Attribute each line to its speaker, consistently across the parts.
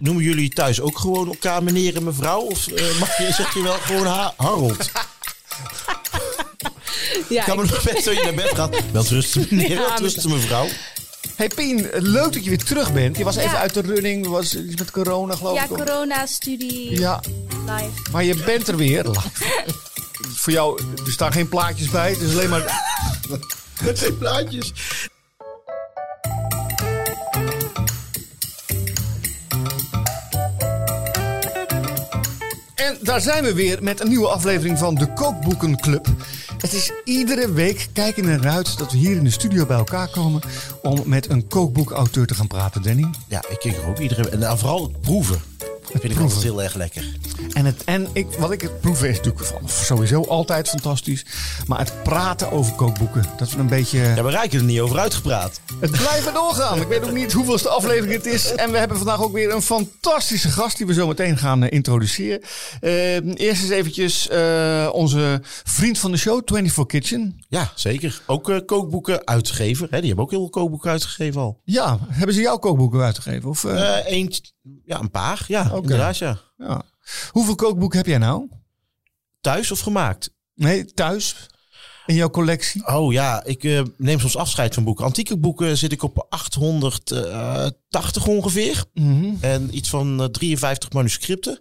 Speaker 1: noemen jullie thuis ook gewoon elkaar meneer en mevrouw? Of eh, mag je, zeg je wel gewoon ha- Harold?
Speaker 2: Ja,
Speaker 1: Kan me
Speaker 2: ik-
Speaker 1: nog best dat je naar bed gaat. Wel rustig meneer,
Speaker 2: Ja,
Speaker 1: wel rustig mevrouw.
Speaker 3: Hey Pien, leuk dat je weer terug bent. Je was even
Speaker 4: Ja.
Speaker 3: uit de running, was iets met corona geloof
Speaker 4: Ja,
Speaker 3: ik. ook.
Speaker 4: corona-studie
Speaker 3: Ja,
Speaker 4: live.
Speaker 3: maar je bent er weer. Live. Voor jou, er staan geen plaatjes bij. Het is alleen maar...
Speaker 1: Met zijn plaatjes.
Speaker 3: En daar zijn we weer met een nieuwe aflevering van de Kookboekenclub. Het is iedere week kijken we naar uit dat we hier in de studio bij elkaar komen... om met een kookboekauteur te gaan praten, Danny.
Speaker 1: Ja, ik kijk er ook iedereen. En nou, vooral het proeven. Dat vind ik
Speaker 3: proeven.
Speaker 1: altijd heel erg lekker.
Speaker 3: En, het, en ik, wat ik het proeven is natuurlijk van- sowieso altijd fantastisch. Maar het praten over kookboeken, dat we een beetje...
Speaker 1: Ja, we raken er niet over uitgepraat.
Speaker 3: Het blijft maar doorgaan. Ik weet ook niet hoeveelste aflevering het is. En we hebben vandaag ook weer een fantastische gast die we zo meteen gaan eh, introduceren. Eh, eerst eens eventjes eh, onze vriend van de show, 24 Kitchen.
Speaker 1: Ja, zeker. Ook eh, kookboeken uitgegeven. Hè, die hebben ook heel veel kookboeken uitgegeven al.
Speaker 3: Ja, hebben ze jouw kookboeken uitgegeven? Of, eh,
Speaker 1: Eh, eentje, ja, een paar. Ja,
Speaker 3: Oké.
Speaker 1: inderdaad, ja.
Speaker 3: ja. Hoeveel kookboeken heb jij nou?
Speaker 1: Thuis of gemaakt?
Speaker 3: Nee, thuis? In jouw collectie?
Speaker 1: Oh ja, ik eh, neem soms afscheid van boeken. Antieke boeken zit ik op 880 ongeveer.
Speaker 3: Mhm.
Speaker 1: En iets van eh, 53 manuscripten.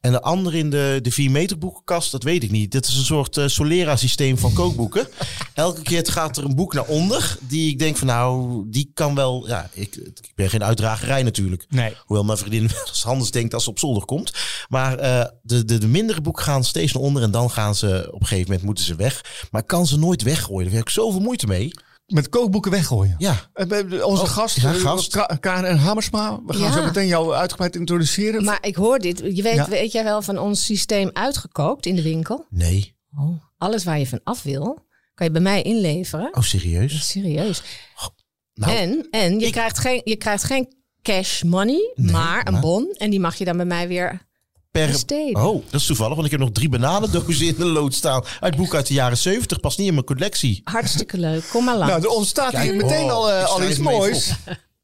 Speaker 1: En de andere in de, de 4 meter boekenkast, dat weet ik niet. Dit is een soort eh, Solera systeem van kookboeken. Elke keer gaat er een boek naar onder. Die ik denk van nou, die kan wel... Ja, ik, ik ben geen uitdragerij natuurlijk.
Speaker 3: Nee.
Speaker 1: Hoewel mijn vriendin wel eens anders denkt als ze op zolder komt. Maar eh, de, de, de mindere boeken gaan steeds naar onder. En dan gaan ze op een gegeven moment moeten ze weg. Maar ik kan ze nooit weggooien. Daar heb ik zoveel moeite mee.
Speaker 3: Met kookboeken weggooien.
Speaker 1: Ja,
Speaker 3: Eh, we hebben Onze
Speaker 1: Oh,
Speaker 3: gast,
Speaker 1: ja,
Speaker 3: eh,
Speaker 1: gast.
Speaker 3: Ka- Karen Hammersma. We gaan
Speaker 2: Ja.
Speaker 3: zo meteen jou uitgebreid introduceren.
Speaker 2: maar ik hoor dit. Je weet,
Speaker 3: Ja.
Speaker 2: weet jij wel van ons systeem uitgekookt in de winkel? Oh,
Speaker 1: nee.
Speaker 2: Alles waar je van af wil, kan je bij mij inleveren.
Speaker 1: Oh, serieus?
Speaker 2: Serieus.
Speaker 1: Nou,
Speaker 2: en en je,
Speaker 1: ik-
Speaker 2: krijgt geen, je krijgt geen cash money,
Speaker 1: Nee,
Speaker 2: maar een
Speaker 1: maar-
Speaker 2: bon. En die mag je dan bij mij weer
Speaker 1: per...
Speaker 2: besteden.
Speaker 1: Oh, dat is toevallig, want ik heb nog drie bananendozen in de lood staan. Uit boeken uit de jaren 70. Past niet in mijn collectie.
Speaker 2: Hartstikke leuk. Kom maar langs.
Speaker 3: Nou, er ontstaat
Speaker 1: Kijk,
Speaker 3: hier meteen
Speaker 1: oh,
Speaker 3: al, eh,
Speaker 1: ik
Speaker 3: al
Speaker 1: schrijf
Speaker 3: iets
Speaker 1: hem even
Speaker 3: moois.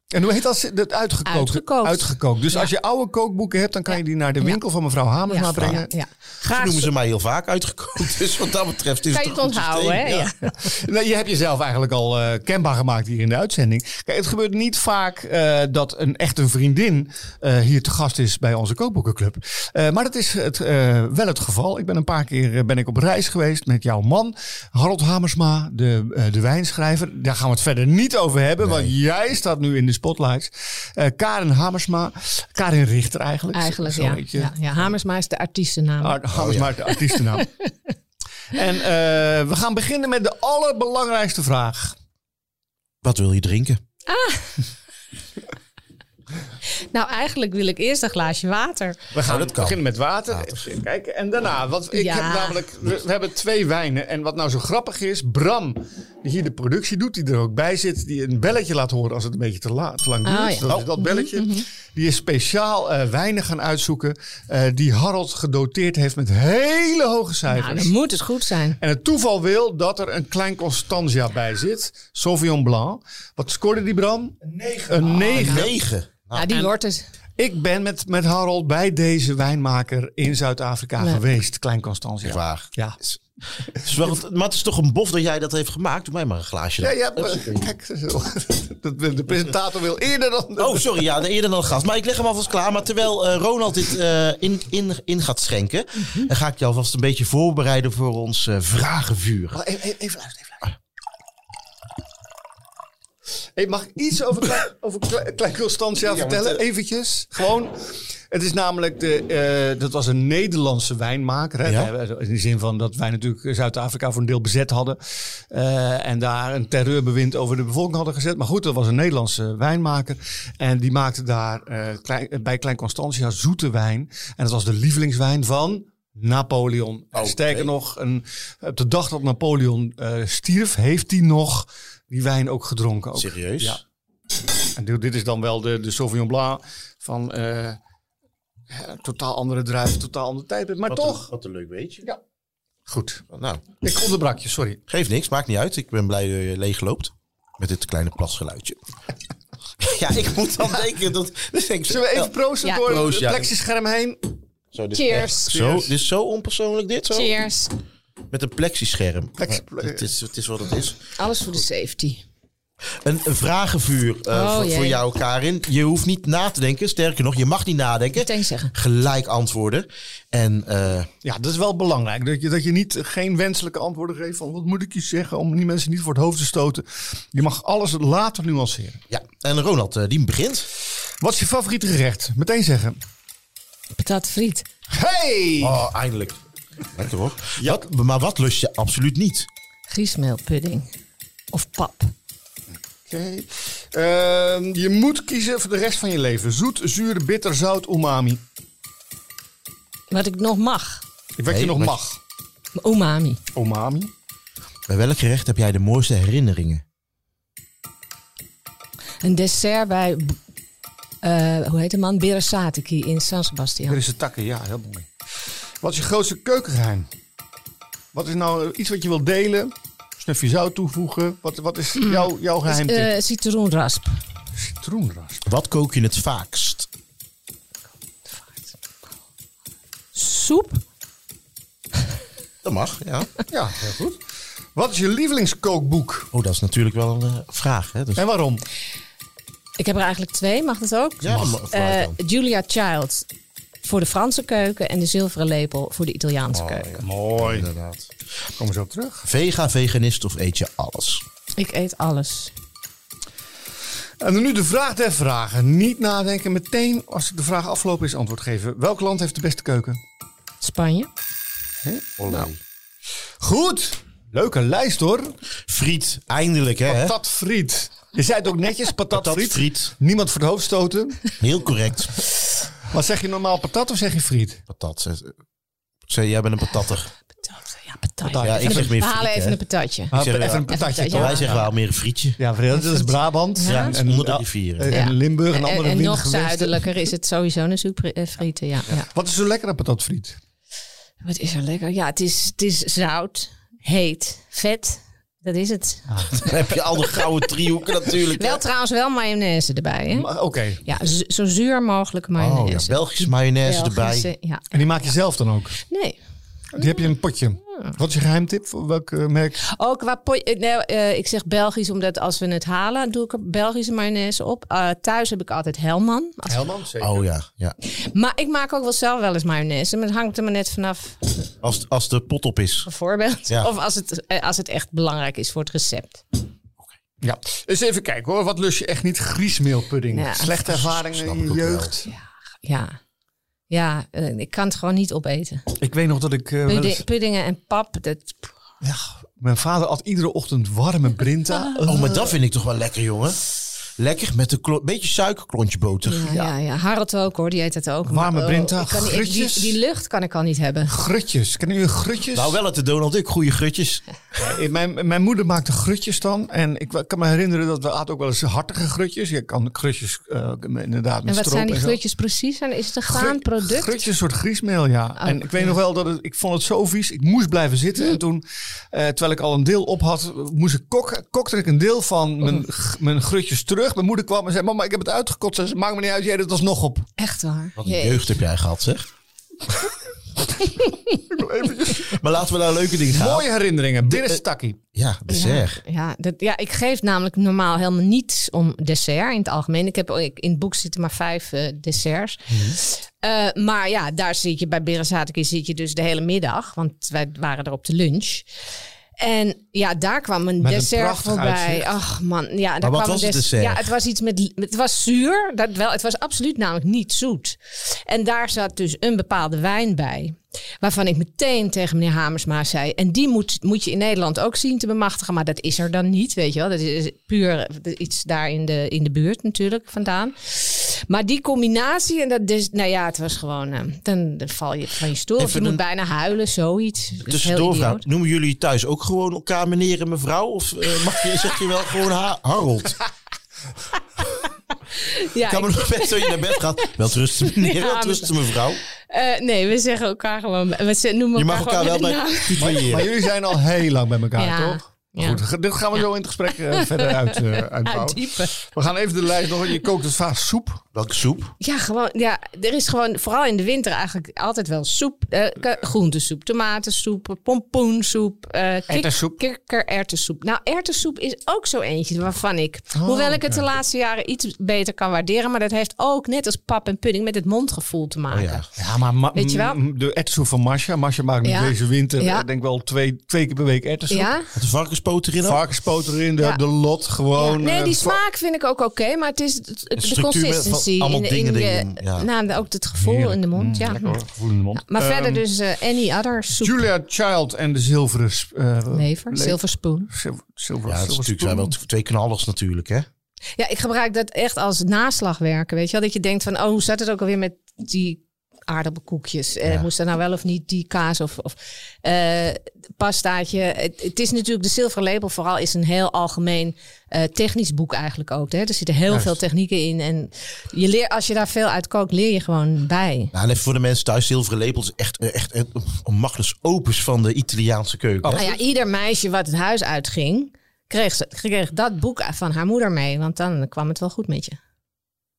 Speaker 3: En hoe heet dat? dat uitgekookt.
Speaker 2: Uitgekookt.
Speaker 3: Uitgekookt. Dus
Speaker 2: Ja.
Speaker 3: als je oude kookboeken hebt, dan kan je die naar de
Speaker 2: Ja.
Speaker 3: winkel van mevrouw Hamersma
Speaker 2: ja,
Speaker 3: brengen.
Speaker 2: ja, ja.
Speaker 1: Zo
Speaker 2: Graag.
Speaker 1: noemen ze mij heel vaak uitgekookt. Dus wat dat betreft is
Speaker 2: Ah, Kan
Speaker 1: het
Speaker 2: je
Speaker 1: een
Speaker 2: het
Speaker 1: goed
Speaker 2: onthouden, hè?
Speaker 1: systeem.
Speaker 2: Ja.
Speaker 3: Nou, je hebt jezelf eigenlijk al eh, kenbaar gemaakt hier in de uitzending. Kijk, het gebeurt niet vaak eh, dat een echte vriendin eh, hier te gast is bij onze kookboekenclub. Eh, maar dat is het, eh, wel het geval. Ik ben een paar keer eh, ben ik op reis geweest met jouw man, Harold Hamersma, de, eh, de wijnschrijver. Daar gaan we het verder niet over hebben, want jij staat nu in de spotlights. Eh, Karen Hamersma, Karin Richter eigenlijk.
Speaker 2: Eigenlijk,
Speaker 3: Zo
Speaker 2: ja.
Speaker 3: heet je.
Speaker 2: ja, ja. Hamersma is de
Speaker 1: Oh,
Speaker 2: artiestennaam.
Speaker 3: Ar- Hamersma is de artiestennaam. En eh, we gaan beginnen met de allerbelangrijkste vraag.
Speaker 1: Wat wil je drinken?
Speaker 2: Nou, eigenlijk wil ik eerst een glaasje water. Nou,
Speaker 3: We gaan
Speaker 1: dat kan.
Speaker 3: beginnen met water. Even kijken. En daarna, want ik
Speaker 2: Ja.
Speaker 3: heb namelijk, we, we hebben twee wijnen. En wat nou zo grappig is, Bram, die hier de productie doet, die er ook bij zit, die een belletje laat horen als het een beetje te, la- te lang
Speaker 2: Ah,
Speaker 3: duurt.
Speaker 2: ja.
Speaker 1: Oh.
Speaker 2: Mhm,
Speaker 3: dat, is dat belletje. Die is speciaal eh, wijnen gaan uitzoeken, eh, die Harold gedoteerd heeft met hele hoge
Speaker 2: Nou,
Speaker 3: cijfers.
Speaker 2: dan moet het goed zijn.
Speaker 3: En het toeval wil dat er een klein Constantia bij zit, Sauvignon Blanc. Wat scoorde die Bram? Een 9.
Speaker 1: Ah,
Speaker 3: Een 9.
Speaker 1: Negen.
Speaker 2: Nou, die wordt het.
Speaker 3: Ik ben met, met Harold bij deze wijnmaker in Zuid-Afrika
Speaker 2: Leuk.
Speaker 3: geweest, Klein Constantia.
Speaker 1: Waar.
Speaker 3: Ja.
Speaker 1: Het is wel- maar het is toch een bof dat jij dat heeft gemaakt? Doe mij maar een glaasje.
Speaker 3: Ja,
Speaker 1: dan.
Speaker 3: ja, maar- kijk, de, de- de presentator wil eerder dan...
Speaker 1: Oh, sorry, ja, eerder dan de gast. Maar ik leg hem alvast klaar. Maar terwijl eh, Ronald dit eh, in, in, in gaat schenken, dan ga ik je alvast een beetje voorbereiden voor ons eh, vragenvuur.
Speaker 3: Wacht, Even, even, even luisteren, even luisteren. Hey, mag ik iets over, Klein- over Kle- Klein Constantia vertellen? Eventjes. Gewoon. Het is namelijk, de, eh, dat was een Nederlandse wijnmaker. Hè?
Speaker 1: Ja.
Speaker 3: Wij- wij- In de zin van dat wij natuurlijk Zuid-Afrika voor een deel bezet hadden. eh, en daar een terreurbewind over de bevolking hadden gezet. Maar goed, dat was een Nederlandse wijnmaker. En die maakte daar eh, klein- bij Klein Constantia zoete wijn. En dat was de lievelingswijn van Napoleon.
Speaker 1: Oh,
Speaker 3: En Sterker nog, een, op de dag dat Napoleon eh, stierf, heeft hij nog die wijn ook gedronken. Ook.
Speaker 1: Serieus?
Speaker 3: Ja. En dit, dit is dan wel de, de Sauvignon Blanc van eh, hè, totaal andere druif, totaal ander tijdperk. Maar toch,
Speaker 1: wat een leuk weetje.
Speaker 3: goed.
Speaker 1: Nou,
Speaker 3: Ik onderbrak je, sorry.
Speaker 1: geeft niks, maakt niet uit. Ik ben blij dat je leeg loopt met dit kleine plasgeluidje. Ja, ik moet dan denken dat... Dus denk ik zo,
Speaker 3: Zullen we even
Speaker 1: El-
Speaker 3: proosten
Speaker 2: Ja.
Speaker 3: door
Speaker 1: Proost,
Speaker 3: het
Speaker 1: ja.
Speaker 3: plexischerm heen?
Speaker 1: zo, dit is
Speaker 2: Cheers.
Speaker 1: echt Zo, dit is zo onpersoonlijk dit. Zo.
Speaker 2: Cheers.
Speaker 1: Met een plexischerm.
Speaker 3: Plexi-
Speaker 1: Maar het, is, het is wat het is.
Speaker 2: Alles voor de safety.
Speaker 1: Een, een vragenvuur eh,
Speaker 2: Oh,
Speaker 1: voor,
Speaker 2: jee.
Speaker 1: voor jou, Karin. Je hoeft niet na te denken. Sterker nog, je mag niet nadenken.
Speaker 2: Meteen zeggen.
Speaker 1: Gelijk antwoorden. En eh,
Speaker 3: Ja, dat is wel belangrijk. Dat je, dat je niet, geen wenselijke antwoorden geeft van wat moet ik je zeggen om die mensen niet voor het hoofd te stoten. Je mag alles later nuanceren.
Speaker 1: ja, en Ronald, eh, die begint.
Speaker 3: Wat is je favoriete gerecht? Meteen zeggen.
Speaker 2: Patat friet.
Speaker 3: Hey!
Speaker 1: Oh, eindelijk. Lekker hoor. Wat, maar wat lust je absoluut niet?
Speaker 2: Griesmeelpudding. Of pap.
Speaker 3: Oké. Ehm, je moet kiezen voor de rest van je leven. Zoet, zuur, bitter, zout, umami.
Speaker 2: Wat ik nog mag.
Speaker 3: Wat je
Speaker 1: Nee,
Speaker 3: nog
Speaker 1: wat-
Speaker 3: mag.
Speaker 2: Umami.
Speaker 3: Umami.
Speaker 1: Bij welk gerecht heb jij de mooiste herinneringen?
Speaker 2: Een dessert bij, b- eh, hoe heet de man? Berasatiki in San Sebastian.
Speaker 3: Er is het takken, ja, heel mooi. Wat is je grootste keukengeheim? Wat is nou iets wat je wilt delen? Snufje zout toevoegen. Wat, wat is jouw, jouw geheim tip?
Speaker 2: Eh, citroenrasp.
Speaker 3: Citroenras.
Speaker 1: Wat kook je het vaakst?
Speaker 2: Soep.
Speaker 1: Dat mag, ja.
Speaker 3: Ja, heel goed. Wat is je lievelingskookboek?
Speaker 1: Oh, dat is natuurlijk wel een eh, vraag. Hè? Dus,
Speaker 3: En waarom?
Speaker 2: Ik heb er eigenlijk twee, mag dat ook?
Speaker 1: ja, maar vooruit
Speaker 2: Eh,
Speaker 1: dan.
Speaker 2: Julia Child voor de Franse keuken en de zilveren lepel voor de Italiaanse
Speaker 1: Oh,
Speaker 2: keuken.
Speaker 3: Mooi.
Speaker 1: Inderdaad.
Speaker 3: Komen ze op terug.
Speaker 1: Vega, veganist of eet je alles?
Speaker 2: Ik eet alles.
Speaker 3: En dan nu de vraag der vragen. Niet nadenken. Meteen als de vraag afgelopen is antwoord geven. Welk land heeft de beste keuken?
Speaker 2: Spanje.
Speaker 1: Nou.
Speaker 3: Goed. Leuke lijst hoor.
Speaker 1: Friet, eindelijk hè?
Speaker 3: Patat friet. Je zei het ook netjes. Patat,
Speaker 1: Patat,
Speaker 3: friet.
Speaker 1: friet.
Speaker 3: Niemand voor het hoofd stoten.
Speaker 1: Heel correct.
Speaker 3: Maar zeg je normaal patat of zeg je friet?
Speaker 1: Patat. eh, Zeg, jij bent een patatter.
Speaker 2: Patat. Ja, patat.
Speaker 1: Ja, ik zeg meer
Speaker 2: We halen
Speaker 1: friet, hè.
Speaker 2: even een patatje.
Speaker 3: Ah,
Speaker 1: zeg,
Speaker 3: even
Speaker 1: ja.
Speaker 3: een patatje.
Speaker 2: Even
Speaker 3: toch?
Speaker 2: een
Speaker 1: Wij zeggen wel meer een frietje.
Speaker 3: Ja, vriend, dat is Brabant.
Speaker 1: Ja, dat is onder de rivieren.
Speaker 3: Eh, en
Speaker 2: Ja.
Speaker 3: Limburg en
Speaker 2: En,
Speaker 3: andere
Speaker 2: en nog
Speaker 3: windgewesten.
Speaker 2: zuidelijker is het sowieso een zoekfrieten. Ja, ja.
Speaker 3: Wat is zo lekker aan patat friet?
Speaker 2: Wat is er lekker? Ja, het is, het is zout, heet, vet. Dat is het.
Speaker 1: Dan heb je al de gouden driehoeken natuurlijk. hè?
Speaker 2: Wel trouwens wel mayonaise erbij. Hè?
Speaker 3: Maar Oké.
Speaker 2: Ja, z- zo zuur mogelijk
Speaker 1: Oh, ja,
Speaker 2: mayonaise.
Speaker 1: Belgische mayonaise
Speaker 2: Belgische,
Speaker 1: erbij.
Speaker 2: Ja.
Speaker 3: En die maak je zelf dan ook?
Speaker 2: Nee.
Speaker 3: Die heb je in een potje. Wat is je geheimtip voor welk eh, merk?
Speaker 2: Ook qua pot- eh, nee, eh, ik zeg Belgisch, omdat als we het halen, doe ik er Belgische mayonaise op. Eh, thuis heb ik altijd Helman. Als-
Speaker 3: Helman, zeker.
Speaker 1: Oh ja, ja.
Speaker 2: Maar ik maak ook wel zelf wel eens mayonaise. Maar het hangt er maar net vanaf,
Speaker 1: Als, als de pot op is.
Speaker 2: bijvoorbeeld.
Speaker 1: Ja.
Speaker 2: Of als het, eh, als het echt belangrijk is voor het recept.
Speaker 3: Ja. Eens even kijken hoor. Wat lust je echt niet? Griesmeelpudding.
Speaker 2: Ja.
Speaker 3: Slechte ervaringen
Speaker 1: Snap
Speaker 3: in
Speaker 1: ik
Speaker 3: je
Speaker 1: ook wel.
Speaker 3: jeugd.
Speaker 2: Ja, ja. Ja, eh, ik kan het gewoon niet opeten.
Speaker 3: Ik weet nog dat ik... eh, wel eens-
Speaker 2: Pudding- puddingen en pap, dat,
Speaker 3: ja, mijn vader at iedere ochtend warme brinta.
Speaker 1: Oh, maar dat vind ik toch wel lekker, jongen. Lekker met een klo- beetje suikerklontje boter.
Speaker 2: ja, ja. ja. Harold ook hoor, die eet dat ook.
Speaker 3: Warme
Speaker 2: Maar, oh,
Speaker 3: Brinta,
Speaker 2: ik kan niet- ik-
Speaker 3: grutjes.
Speaker 2: die, die lucht kan ik al niet hebben.
Speaker 3: Grutjes. Kennen jullie grutjes?
Speaker 1: Nou, wel het de Donald Duck, goede grutjes.
Speaker 3: Eh, Mijn, mijn moeder maakte grutjes dan. En ik wa- kan me herinneren dat we aten ook wel eens hartige grutjes. Je kan grutjes eh, inderdaad met
Speaker 2: En wat
Speaker 3: stroop
Speaker 2: zijn die
Speaker 3: en zo.
Speaker 2: grutjes precies? En is het een
Speaker 3: Gru-
Speaker 2: gaand product?
Speaker 3: Grutjes, een soort griesmeel, ja.
Speaker 2: Oh,
Speaker 3: en ik weet
Speaker 2: ja.
Speaker 3: nog wel dat het, ik vond het zo vies. Ik moest blijven zitten. En toen, eh, terwijl ik al een deel op had, moest ik kok, kokte ik een deel van mijn,
Speaker 2: Oh.
Speaker 3: g- mijn grutjes terug. Mijn moeder kwam en zei, mama, ik heb het uitgekotst. Ze zei, maakt me niet uit, jij deed het alsnog op.
Speaker 2: Echt waar.
Speaker 1: Wat een
Speaker 2: Jee.
Speaker 1: jeugd heb jij gehad, zeg. maar laten we naar leuke dingen gaan.
Speaker 3: Mooie herinneringen.
Speaker 1: Eh,
Speaker 3: Binnen stakkie.
Speaker 1: Ja, dessert.
Speaker 2: Ja, ja, dat, ja, ik geef namelijk normaal helemaal niets om dessert in het algemeen. Ik heb, oh, ik, in het boek zitten maar vijf eh, desserts.
Speaker 3: Mhm.
Speaker 2: Eh, maar ja, daar zit je bij Berenzateke zit je dus de hele middag. Want wij waren er op de lunch. En ja, daar kwam een
Speaker 3: Met een
Speaker 2: dessert
Speaker 3: prachtig
Speaker 2: voorbij.
Speaker 3: uitzicht.
Speaker 2: Ach man, ja, daar
Speaker 1: wat
Speaker 2: kwam
Speaker 1: was
Speaker 2: een
Speaker 1: het dus,
Speaker 2: des-
Speaker 1: dessert?
Speaker 2: Ja, het was iets met. Het was zuur. Dat wel, het was absoluut namelijk niet zoet. En daar zat dus een bepaalde wijn bij. Waarvan ik meteen tegen meneer Hamersma zei. En die moet, moet je in Nederland ook zien te bemachtigen. Maar dat is er dan niet, weet je wel. Dat is puur iets daar in de, in de buurt natuurlijk vandaan. Maar die combinatie en dat dus, nou ja, het was gewoon, eh, dan, dan val je van je stoel. Of je
Speaker 1: Even
Speaker 2: moet
Speaker 1: een-
Speaker 2: bijna huilen, zoiets. Dat is heel
Speaker 1: Tussendoor, vrouw,
Speaker 2: idioot.
Speaker 1: Dus noemen jullie thuis ook gewoon elkaar meneer en mevrouw? Of eh, mag je, zeg je wel gewoon ha- Harold?
Speaker 2: Ja,
Speaker 1: Ik kan me
Speaker 2: ik-
Speaker 1: nog best dat je naar bed gaat. Wel trusten meneer,
Speaker 2: Ja,
Speaker 1: wel
Speaker 2: maar-
Speaker 1: trusten mevrouw.
Speaker 2: eh, nee, we zeggen elkaar gewoon, we ze- noemen
Speaker 1: Je
Speaker 2: elkaar
Speaker 1: mag elkaar wel
Speaker 2: gewoon
Speaker 1: bij
Speaker 2: met een naam.
Speaker 1: tutoyeren.
Speaker 3: Maar jullie zijn al heel lang bij elkaar,
Speaker 2: Ja.
Speaker 3: toch? Maar
Speaker 2: Ja.
Speaker 3: goed, dit gaan we zo in het gesprek eh, verder uit, eh,
Speaker 1: Oh.
Speaker 3: uitbouwen.
Speaker 2: Uitdiepen.
Speaker 3: We gaan even de lijst nog. Je kookt het vaak soep.
Speaker 1: Welke soep?
Speaker 2: Ja, gewoon, ja, er is gewoon vooral in de winter eigenlijk altijd wel soep. eh, k- groentesoep, tomatensoep, pompoensoep, eh kik-
Speaker 3: Erwtensoep.
Speaker 2: kikkererwtensoep. Nou, erwtensoep is ook zo eentje waarvan ik,
Speaker 1: Oh,
Speaker 2: hoewel ik het de laatste jaren iets beter kan waarderen, maar dat heeft ook net als pap en pudding met het mondgevoel te maken.
Speaker 1: Oh, ja.
Speaker 3: Ja, maar ma-
Speaker 2: Weet je wel?
Speaker 3: m- de erwtensoep van Masha. Masha maakt nu
Speaker 2: Ja.
Speaker 3: deze winter,
Speaker 2: Ja.
Speaker 3: eh, denk wel twee, twee keer per week erwtensoep.
Speaker 2: Ja?
Speaker 1: Met de varkenspoot erin ook?
Speaker 3: Varkenspoot erin, de,
Speaker 2: Ja.
Speaker 3: de lot gewoon.
Speaker 2: Ja, nee,
Speaker 3: eh,
Speaker 2: die
Speaker 3: va-
Speaker 2: smaak vind ik ook oké, maar het is het- het- de
Speaker 1: structuur met- van
Speaker 2: consistentie.
Speaker 1: allemaal
Speaker 2: in, in
Speaker 1: dingen
Speaker 2: je,
Speaker 1: erin, ja.
Speaker 2: nou, ook het gevoel
Speaker 3: Heerlijk.
Speaker 2: in de mond.
Speaker 3: Mm,
Speaker 2: ja.
Speaker 3: lekker hoor, gevoel in de mond.
Speaker 2: Maar
Speaker 3: Ehm,
Speaker 2: verder dus eh, any other soep.
Speaker 3: Julia Child en de zilveren... sp- eh,
Speaker 2: Lever,
Speaker 3: le-
Speaker 2: silver spoon.
Speaker 3: zilver- zilver-
Speaker 1: Ja, dat is
Speaker 3: zilver
Speaker 1: natuurlijk
Speaker 3: spoon.
Speaker 1: zijn wel t- twee knallers natuurlijk, hè?
Speaker 2: Ja, ik gebruik dat echt als naslagwerken. Weet je wel, dat je denkt van, oh, hoe zat het ook alweer met die aardappelkoekjes? Eh,
Speaker 1: Ja.
Speaker 2: moest er nou wel of niet die kaas of, of eh, pastaatje? Het, het is natuurlijk, de zilveren label vooral is een heel algemeen eh, technisch boek eigenlijk ook. Hè? Er zitten heel
Speaker 3: Juist.
Speaker 2: veel technieken in en je leer, als je daar veel uit kookt, leer je gewoon bij.
Speaker 1: Nou, en even voor de mensen thuis, zilveren lepels, echt, eh, echt een- een magnus opus van de Italiaanse keuken. hè?
Speaker 2: Nou ja, ieder meisje wat het huis uitging, kreeg, ze, kreeg dat boek van haar moeder mee. Want dan kwam het wel goed met je.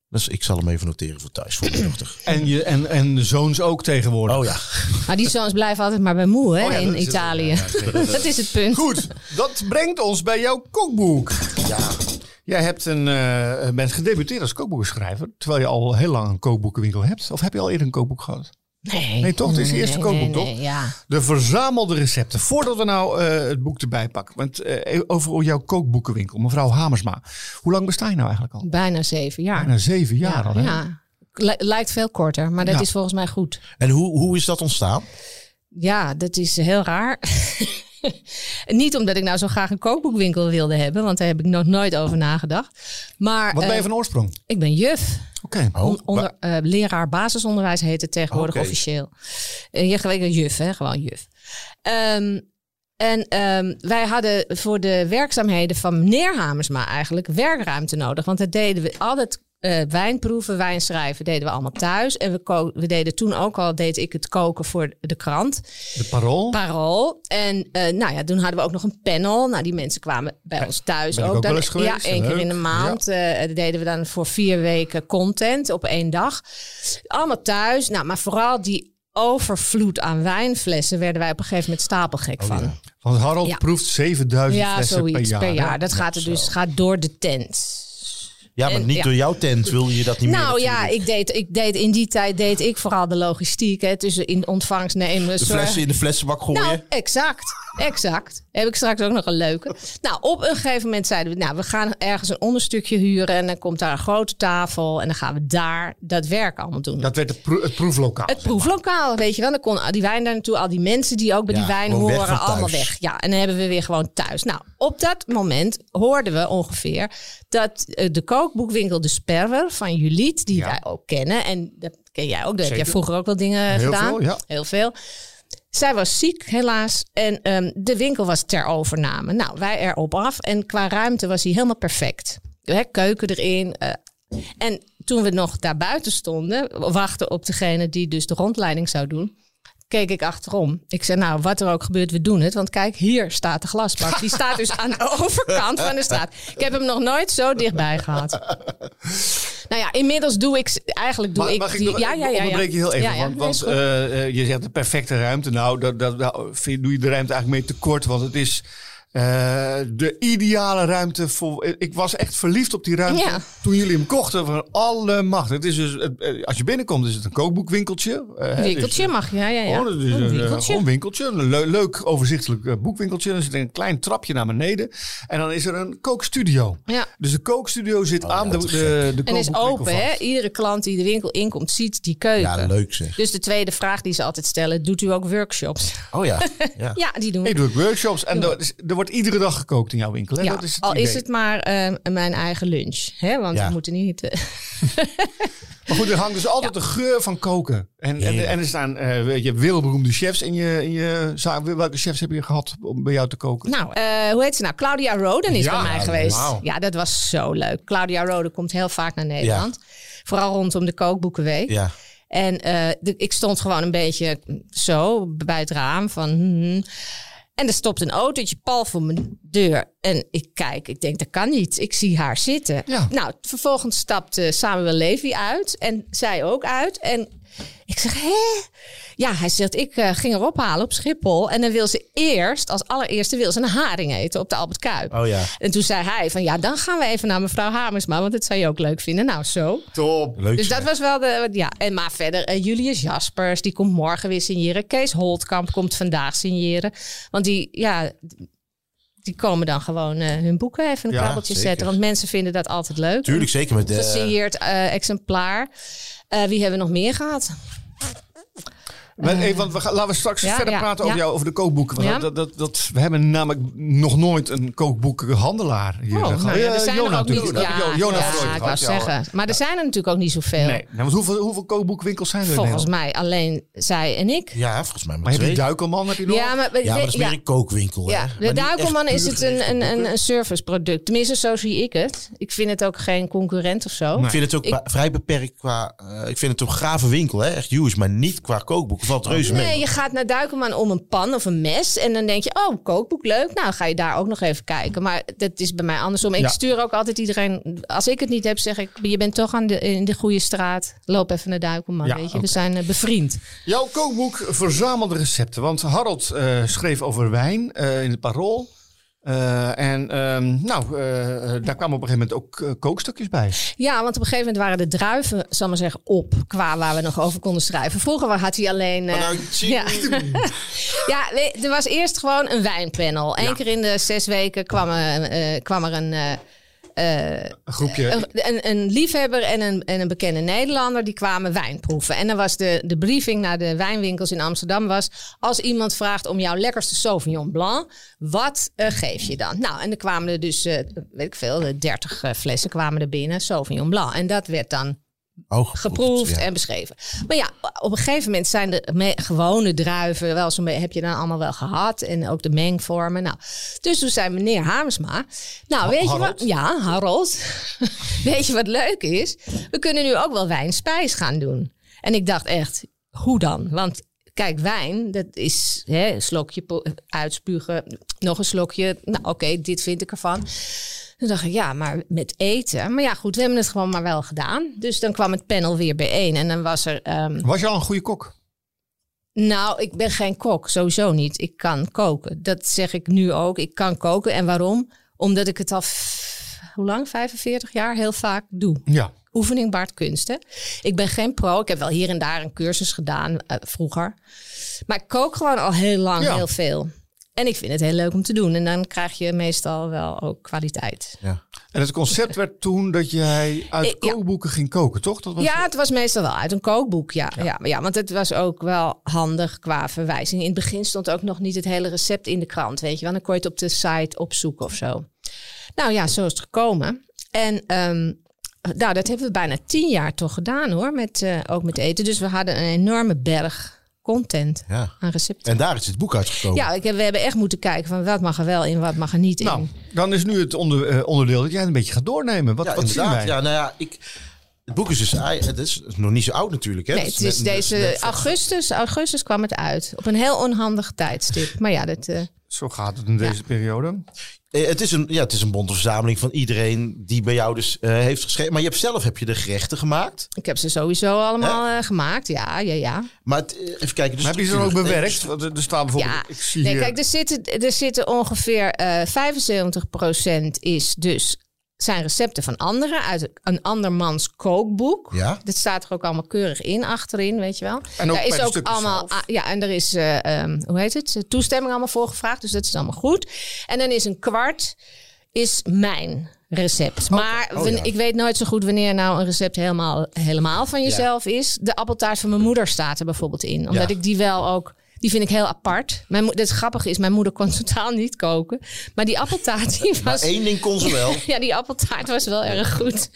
Speaker 1: Dus ik zal hem even noteren voor thuis, voor mijn dochter.
Speaker 3: En, je, en, en de zoons ook tegenwoordig.
Speaker 1: Oh ja.
Speaker 2: Maar die zoons blijven altijd maar bij moe hè,
Speaker 3: Oh ja, dat
Speaker 2: in
Speaker 3: is het.
Speaker 2: Italië. Dat is het punt.
Speaker 3: Goed, dat brengt ons bij jouw kokboek.
Speaker 1: ja.
Speaker 3: Jij hebt een, eh, bent gedebuteerd als kookboekenschrijver, terwijl je al heel lang een kookboekenwinkel hebt. Of heb je al eerder een kookboek gehad?
Speaker 2: Nee,
Speaker 3: Nee, toch? Het is de eerste kookboek, toch?
Speaker 2: ja.
Speaker 3: De verzamelde recepten. Voordat we nou eh, het boek erbij pakken, want eh, over jouw kookboekenwinkel, mevrouw Hamersma. Hoe lang besta je nou eigenlijk al?
Speaker 2: Bijna zeven jaar.
Speaker 3: Bijna zeven jaar al. Hè?
Speaker 2: ja. Li- Lijkt veel korter, maar dat
Speaker 3: Ja.
Speaker 2: is volgens mij goed.
Speaker 1: En hoe, hoe is dat ontstaan?
Speaker 2: Ja, dat is heel raar. Niet omdat ik nou zo graag een kookboekwinkel wilde hebben, want daar heb ik nog nooit over nagedacht. Maar
Speaker 3: Wat ben je
Speaker 2: eh,
Speaker 3: van oorsprong?
Speaker 2: ik ben juf.
Speaker 3: Oké.
Speaker 1: Oh,
Speaker 2: On- onder, eh, leraar basisonderwijs heet het tegenwoordig
Speaker 1: Oké.
Speaker 2: officieel. Eh, je gewoon een juf, hè? Gewoon juf. Ehm, en ehm, wij hadden voor de werkzaamheden van meneer Hamersma eigenlijk werkruimte nodig. Want dat deden we altijd. eh wijnproeven, wijnschrijven deden we allemaal thuis. En we, ko- we deden toen ook al, deed ik het koken voor de krant.
Speaker 3: De parool.
Speaker 2: Parool. En eh, nou ja, toen hadden we ook nog een panel. Nou, die mensen kwamen bij ons thuis
Speaker 3: ben ik
Speaker 2: ook.
Speaker 3: ook
Speaker 2: dan,
Speaker 3: wel eens geweest.
Speaker 2: ja, één keer in de
Speaker 3: Leuk.
Speaker 2: maand. eh, deden we dan voor vier weken content op één dag. Allemaal thuis. Nou, maar vooral die overvloed aan wijnflessen werden wij op een gegeven moment stapelgek van.
Speaker 3: Want Harold
Speaker 2: Ja.
Speaker 3: proeft 7000
Speaker 2: Ja,
Speaker 3: Oh, Dus flessen
Speaker 2: zoiets
Speaker 3: per jaar. hè?
Speaker 2: Dat gaat er dus gaat door de tent.
Speaker 1: Ja, maar
Speaker 2: En-
Speaker 1: niet
Speaker 2: ja.
Speaker 1: door jouw tent wil je dat niet meer.
Speaker 2: nou ja,
Speaker 1: natuurlijk.
Speaker 2: ik deed, ik deed in die tijd deed ik vooral de logistiek. Hè, tussen in ontvangst nemen.
Speaker 1: De
Speaker 2: zorg-
Speaker 1: flessen in de flessenbak gooien.
Speaker 2: Nou, exact. Exact. Heb ik straks ook nog een leuke. Nou, op een gegeven moment zeiden we, nou, we gaan ergens een onderstukje huren. En dan komt daar een grote tafel. En dan gaan we daar dat werk allemaal doen.
Speaker 3: Dat werd het, pro- het proeflokaal.
Speaker 2: het proeflokaal, weet je wel. Dan kon al die wijn daar naartoe. Al die mensen die ook bij
Speaker 1: Ja,
Speaker 2: die wijn
Speaker 1: gewoon weg
Speaker 2: horen,
Speaker 1: van thuis.
Speaker 2: allemaal weg. Ja, en dan hebben we weer gewoon thuis. Nou, op dat moment hoorden we ongeveer dat eh, de kookboekwinkel De Sperwer van Juliet, die
Speaker 3: Ja.
Speaker 2: wij ook kennen. En dat ken jij ook. Daar heb jij
Speaker 3: Zeker.
Speaker 2: vroeger ook wel dingen
Speaker 3: Heel
Speaker 2: gedaan.
Speaker 3: veel, ja.
Speaker 2: Heel veel. Zij was ziek, helaas. En ehm, de winkel was ter overname. Nou, wij erop af. En qua ruimte was hij helemaal perfect. Hè, keuken erin. eh. en toen we nog daar buiten stonden, wachten op degene die dus de rondleiding zou doen, keek ik achterom. Ik zei, nou, wat er ook gebeurt, we doen het. Want kijk, hier staat de glasbak. Die staat dus aan de overkant van de straat. Ik heb hem nog nooit zo dichtbij gehad. Nou ja, inmiddels doe ik... Eigenlijk doe
Speaker 3: Mag,
Speaker 2: ik...
Speaker 3: mag ik,
Speaker 2: die-
Speaker 3: nog-
Speaker 2: ja, ja, ja, ja.
Speaker 3: onderbreek je heel even?
Speaker 2: Ja, ja,
Speaker 3: want
Speaker 2: nee, is
Speaker 3: want
Speaker 2: goed.
Speaker 3: eh, eh, je zegt de perfecte ruimte. Nou, dat, dat, nou, vind, doe je de ruimte eigenlijk mee tekort. Want het is eh, de ideale ruimte. Voor, ik was echt verliefd op die ruimte
Speaker 2: Ja.
Speaker 3: toen jullie hem kochten. Van alle macht. Het is dus, het- eh, als je binnenkomt is het een kookboekwinkeltje. Eh, het is-
Speaker 2: Winkeltje mag, ja, ja, ja.
Speaker 3: Oh, dat is een, eh,
Speaker 2: winkeltje.
Speaker 3: gewoon een winkeltje. Een leu- leuk overzichtelijk eh, boekwinkeltje. Er zit een klein trapje naar beneden. En dan is er een kookstudio.
Speaker 2: Ja.
Speaker 3: Dus de kookstudio zit aan de, de, de
Speaker 2: En is
Speaker 3: kookboekwinkel
Speaker 2: open, hè?
Speaker 3: vast.
Speaker 2: Iedere klant die de winkel inkomt, ziet die keuken.
Speaker 1: Ja, leuk zeg.
Speaker 2: Dus de tweede vraag die ze altijd stellen, doet u ook workshops?
Speaker 1: Oh ja. ja.
Speaker 2: Ja, die doen we.
Speaker 3: Ik doe ook workshops en er, is- er wordt iedere dag gekookt in jouw winkel. Hè?
Speaker 2: Ja,
Speaker 3: dat is het
Speaker 2: al
Speaker 3: idee.
Speaker 2: is het maar eh, mijn eigen lunch. Hè? Want
Speaker 1: Ja.
Speaker 2: we moeten niet... eh,
Speaker 3: Maar goed, er hangt dus altijd de geur van koken. En, en,
Speaker 1: Heerlijk.
Speaker 3: en er staan, eh, weet je wereldberoemde chefs in je, in je zaak. Welke chefs heb je gehad om bij jou te koken?
Speaker 2: Nou, eh, hoe heet ze nou? Claudia Roden is
Speaker 3: Ja,
Speaker 2: bij mij geweest.
Speaker 3: wauw.
Speaker 2: Ja, dat was zo leuk. Claudia Roden komt heel vaak naar Nederland. Vooral rondom de kookboekenweek.
Speaker 1: Ja.
Speaker 2: En eh, de- ik stond gewoon een beetje zo bij het raam van... hmm. En er stopt een autootje pal voor mijn deur. En ik kijk, ik denk, dat kan niet. Ik zie haar zitten.
Speaker 3: Ja.
Speaker 2: Nou, vervolgens stapt eh, Samuel Levy uit. En zij ook uit. En ik zeg, hè? Ja, hij zegt, ik eh, ging haar ophalen op Schiphol. En dan wil ze eerst, als allereerste, wil ze een haring eten op de Albert Kuip.
Speaker 1: Oh ja.
Speaker 2: En toen zei hij van, ja, dan gaan we even naar mevrouw Hamersma. Want dat zou je ook leuk vinden. Nou, zo.
Speaker 3: Top.
Speaker 1: Leuk.
Speaker 2: Dus
Speaker 1: zeg.
Speaker 2: dat was wel de. Ja, en maar verder, eh, Julius Jaspers, die komt morgen weer signeren. Kees Holtkamp komt vandaag signeren. Want die, ja, die komen dan gewoon eh, hun boeken even een
Speaker 3: Ja,
Speaker 2: krabbeltje
Speaker 1: zeker.
Speaker 2: zetten. Want mensen vinden dat altijd leuk.
Speaker 1: Tuurlijk, zeker met
Speaker 2: Een
Speaker 1: de...
Speaker 2: Gesigneerd eh, exemplaar. Eh, wie hebben we nog meer gehad?
Speaker 3: Maar even, eh, want we gaan, laten we straks
Speaker 2: eh, ja,
Speaker 3: verder
Speaker 2: ja,
Speaker 3: praten over,
Speaker 2: ja.
Speaker 3: jou, over de kookboeken. Want
Speaker 2: Ja.
Speaker 3: dat, dat, dat, we hebben namelijk nog nooit een kookboekenhandelaar hier
Speaker 2: Oh,
Speaker 3: gehad.
Speaker 2: nou ja,
Speaker 3: Eh,
Speaker 2: er zijn
Speaker 3: Jona
Speaker 2: er ook
Speaker 3: natuurlijk.
Speaker 2: niet.
Speaker 3: We hebben
Speaker 2: Ja,
Speaker 3: Jo- Jona
Speaker 2: ja,
Speaker 3: Freud
Speaker 2: ik
Speaker 3: gehad,
Speaker 2: wou
Speaker 3: ja.
Speaker 2: zeggen. Maar er zijn er natuurlijk ook niet zoveel.
Speaker 3: Nee, nou, want hoeveel, hoeveel kookboekwinkels zijn er in
Speaker 2: Volgens
Speaker 3: Nederland?
Speaker 2: mij alleen zij en ik.
Speaker 1: Ja, volgens mij
Speaker 3: Maar
Speaker 1: maar
Speaker 3: heb je
Speaker 1: twee.
Speaker 3: Duikelman, heb je nog?
Speaker 2: Ja, maar,
Speaker 1: Ja, maar dat is
Speaker 2: ja.
Speaker 1: meer een kookwinkel. hè?
Speaker 2: Ja,
Speaker 1: Maar
Speaker 2: de
Speaker 1: niet
Speaker 2: Duikelman
Speaker 1: echt
Speaker 2: is
Speaker 1: puur
Speaker 2: het een,
Speaker 1: gericht op
Speaker 2: een, een,
Speaker 1: boeken.
Speaker 2: een serviceproduct. Tenminste, zo zie ik het. Ik vind het ook geen concurrent of zo.
Speaker 1: Ik vind het ook
Speaker 2: Ik-
Speaker 1: ba- vrij beperkt qua... eh, ik vind het een grave winkel, hè? echt huge, maar niet qua kookboeken. Valt reuze mee.
Speaker 2: Nee, je gaat naar Duikelman om een pan of een mes. En dan denk je, oh, kookboek, leuk. Nou, ga je daar ook nog even kijken. Maar dat is bij mij andersom. Ik
Speaker 3: Ja.
Speaker 2: stuur ook altijd iedereen... Als ik het niet heb, zeg ik, je bent toch aan de, in de goede straat. Loop even naar Duikelman,
Speaker 3: Ja,
Speaker 2: weet je.
Speaker 3: oké.
Speaker 2: We zijn eh, bevriend.
Speaker 3: Jouw kookboek verzamelde recepten. Want Harold eh, schreef over wijn eh, in het Parool. Eh, en ehm, nou, eh, eh, daar kwamen op een gegeven moment ook eh, kookstukjes bij.
Speaker 2: Ja, want op een gegeven moment waren de druiven, zal ik maar zeggen, op. Qua waar we nog over konden schrijven. Vroeger had hij alleen... eh,
Speaker 3: nou,
Speaker 2: ja. Ja, we- er was eerst gewoon een wijnpanel. Eén keer in de zes weken kwam er, eh, kwam er een, eh,
Speaker 3: Een groepje.
Speaker 2: een, een, een liefhebber en een, en een bekende Nederlander. Die kwamen wijn proeven. En dan was de, de briefing naar de wijnwinkels in Amsterdam was... als iemand vraagt om jouw lekkerste Sauvignon Blanc, wat eh, geef je dan? Nou, en er kwamen er dus, eh, weet ik veel, dertig eh, flessen kwamen er binnen Sauvignon Blanc. En dat werd dan
Speaker 1: Oh,
Speaker 2: geproefd
Speaker 1: ja.
Speaker 2: en beschreven. Maar ja, op een gegeven moment zijn de me- gewone druiven wel zo'n be- heb je dan allemaal wel gehad en ook de mengvormen. Nou, dus toen zei meneer Hamersma, nou weet je
Speaker 3: Harold?
Speaker 2: wat? Ja, Harold. weet je wat leuk is? We kunnen nu ook wel wijnspijs gaan doen. En ik dacht echt, hoe dan? Want Kijk, wijn, dat is hè, een slokje po- uitspugen, nog een slokje. Nou, oké, dit vind ik ervan. Toen dacht ik, ja, maar met eten. Maar ja, goed, we hebben het gewoon maar wel gedaan. Dus dan kwam het panel weer bijeen. En dan was er. ehm,
Speaker 3: Was je al een goede kok?
Speaker 2: nou, ik ben geen kok, sowieso niet. Ik kan koken. Dat zeg ik nu ook. Ik kan koken. En waarom? Omdat ik het al. f- Hoe lang? 45 jaar heel vaak doe
Speaker 3: Ja.
Speaker 2: oefening baart kunsten. Ik ben geen pro. Ik heb wel hier en daar een cursus gedaan eh, vroeger. Maar ik kook gewoon al heel lang
Speaker 3: Ja.
Speaker 2: heel veel. En ik vind het heel leuk om te doen. En dan krijg je meestal wel ook kwaliteit.
Speaker 1: Ja.
Speaker 3: En het concept werd toen dat jij uit
Speaker 2: Eh, ja.
Speaker 3: kookboeken ging koken, toch? Dat was
Speaker 2: Ja, het was meestal wel uit een kookboek. Ja, ja. maar ja, want het was ook wel handig qua verwijzing. In het begin stond ook nog niet het hele recept in de krant. Weet je wel, dan kon je het op de site opzoeken of zo. Nou ja, zo is het gekomen. En ehm, nou, dat hebben we bijna tien jaar toch gedaan hoor. Met, eh, ook met eten. Dus we hadden een enorme berg content
Speaker 1: Ja.
Speaker 2: aan recepten.
Speaker 1: En daar is het boek uitgekomen.
Speaker 2: Ja, ik heb, we hebben echt moeten kijken van wat mag er wel in, wat mag er niet in.
Speaker 3: Nou, dan is nu het onder, eh, onderdeel dat jij een beetje gaat doornemen. Wat,
Speaker 1: Ja,
Speaker 3: wat zien wij?
Speaker 1: inderdaad. Ja, nou ja, ik... Het boek is dus... ei- Het is nog niet zo oud natuurlijk, hè?
Speaker 2: Nee,
Speaker 1: Dat
Speaker 2: het is
Speaker 1: net- net-
Speaker 2: deze
Speaker 1: net-
Speaker 2: augustus, augustus kwam het uit. Op een heel onhandig tijdstip. Maar ja, dat, eh,
Speaker 3: Zo gaat het in deze periode.
Speaker 1: Eh, Het is een, ja, het is een bonte verzameling van iedereen die bij jou dus eh, heeft geschreven. Maar je hebt zelf heb je de gerechten gemaakt.
Speaker 2: Ik heb ze sowieso allemaal eh, gemaakt. Ja, ja, ja.
Speaker 1: Maar het, eh, even kijken. Dus
Speaker 3: Maar heb je ze dan ook bewerkt? Want Er er staan bijvoorbeeld...
Speaker 2: ja.
Speaker 3: Ik zie
Speaker 2: nee,
Speaker 3: hier-
Speaker 2: kijk, dus- er zitten, er zitten ongeveer eh 75% is dus zijn recepten van anderen uit een andermans kookboek.
Speaker 1: Ja.
Speaker 2: Dat staat er ook allemaal keurig in achterin, weet je wel.
Speaker 3: En ook
Speaker 2: Daar
Speaker 3: bij
Speaker 2: is
Speaker 3: de
Speaker 2: ook
Speaker 3: stukjes
Speaker 2: allemaal,
Speaker 3: zelf.
Speaker 2: ah, ja, en er is, eh, ehm, hoe heet het, toestemming allemaal voor gevraagd. Dus dat is allemaal goed. En dan is een kwart is mijn recept. Maar
Speaker 1: Oh,
Speaker 2: wan-
Speaker 1: ja.
Speaker 2: ik weet nooit zo goed wanneer nou een recept helemaal, helemaal van jezelf is. De appeltaart van mijn moeder staat er bijvoorbeeld in. Omdat
Speaker 1: Ja.
Speaker 2: ik die wel ook... Die vind ik heel apart. Mijn, mo- het grappige is, mijn moeder kon totaal niet koken. Maar die appeltaart, die
Speaker 1: Maar
Speaker 2: was...
Speaker 1: één ding kon ze wel.
Speaker 2: Ja, die appeltaart was wel erg goed.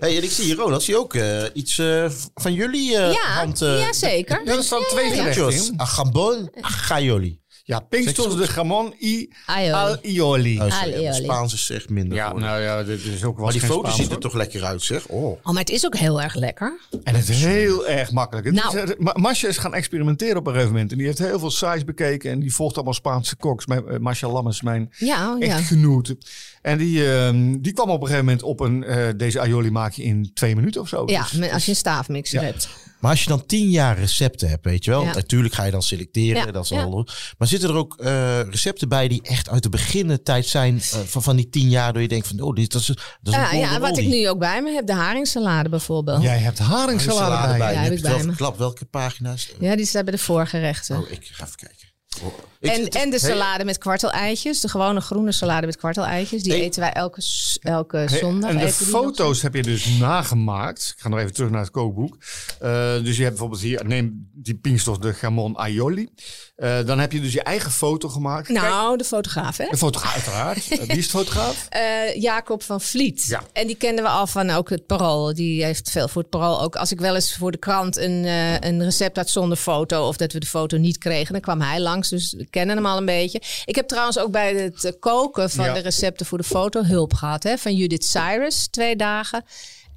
Speaker 1: hey, en ik zie hier, Ronald, zie je ook eh, iets eh, van jullie eh
Speaker 2: ja,
Speaker 1: hand... eh,
Speaker 2: ja, zeker.
Speaker 3: Ja, er staan twee
Speaker 1: de- Ah,
Speaker 3: gerechten
Speaker 1: Nachos,
Speaker 3: in.
Speaker 1: a gambon, a gaioli.
Speaker 3: Ja, Pinkstos de Gamon i
Speaker 2: Aioli.
Speaker 3: Alioli.
Speaker 1: Oh, sorry,
Speaker 2: Ali,
Speaker 1: ja,
Speaker 2: ali.
Speaker 1: Spaans is echt minder.
Speaker 3: Ja,
Speaker 1: geworden.
Speaker 3: nou ja, dit is ook wel
Speaker 1: maar die
Speaker 3: geen
Speaker 1: foto
Speaker 3: Spaans,
Speaker 1: ziet er
Speaker 3: hoor.
Speaker 1: toch lekker uit, zeg? Oh.
Speaker 2: Oh, maar het is ook heel erg lekker.
Speaker 3: En het is heel erg makkelijk. Het
Speaker 2: Nou.
Speaker 3: is, eh, Ma- Masha is gaan experimenteren op een gegeven moment. En die heeft heel veel sites bekeken. En die volgt allemaal Spaanse koks. Mijn, eh, Masha Lam is mijn
Speaker 2: Ja, oh, ja.
Speaker 3: echt genoten. En die, ehm, die kwam op een gegeven moment op een... eh, deze aioli maak je in twee minuten of zo.
Speaker 2: Ja,
Speaker 3: Dus-
Speaker 2: met- als je een staafmixer
Speaker 3: Ja.
Speaker 2: hebt.
Speaker 1: Maar als je dan tien jaar recepten hebt, weet je wel.
Speaker 2: Ja.
Speaker 1: Natuurlijk ga je dan selecteren.
Speaker 2: Ja,
Speaker 1: Dat is
Speaker 2: ja.
Speaker 1: al, maar zitten er ook eh, recepten bij die echt uit de beginnentijd zijn eh, van, van die tien jaar? Dat je denkt van, oh, dit dat is, dat is een
Speaker 2: Ah, Ja, ja,
Speaker 1: golden
Speaker 2: wat ik
Speaker 1: oldie.
Speaker 2: nu ook bij me heb, de haringsalade bijvoorbeeld. Ja,
Speaker 3: Dus Jij hebt haringsalade bij.
Speaker 1: bij.
Speaker 2: Ja, heb
Speaker 1: heb
Speaker 2: ik
Speaker 1: je
Speaker 2: bij
Speaker 1: wel
Speaker 2: me.
Speaker 1: verklapt welke pagina's?
Speaker 2: die staat bij de voorgerechten.
Speaker 1: Oh, ik ga even kijken. Oh, ik-
Speaker 2: en,
Speaker 1: het-
Speaker 2: en de
Speaker 1: hey,
Speaker 2: salade met kwarteleitjes, de gewone groene salade met kwarteleitjes, die
Speaker 1: Hey.
Speaker 2: eten wij elke, s- elke
Speaker 3: Hey,
Speaker 2: zondag.
Speaker 3: en de
Speaker 2: eten die nog.
Speaker 3: foto's heb je dus nagemaakt. Ik ga nog even terug naar het kookboek. Eh, dus je hebt bijvoorbeeld hier, neem die Pinkstof de Gamon Aioli. Eh, dan heb je dus je eigen foto gemaakt. Kijk,
Speaker 2: Nou, de fotograaf, hè?
Speaker 3: de fotograaf uiteraard. Eh, Wie is de fotograaf?
Speaker 2: Eh, Jacob van Vliet.
Speaker 3: Ja.
Speaker 2: En die kenden we al van ook het Parool. Die heeft veel voor het Parool ook. Als ik wel eens voor de krant een, eh, een recept had zonder foto... of dat we de foto niet kregen, dan kwam hij langs. Dus we kennen hem al een beetje. Ik heb trouwens ook bij het eh, koken van
Speaker 3: Ja.
Speaker 2: de recepten voor de foto hulp gehad. Hè? Van Judith Cyrus, twee dagen.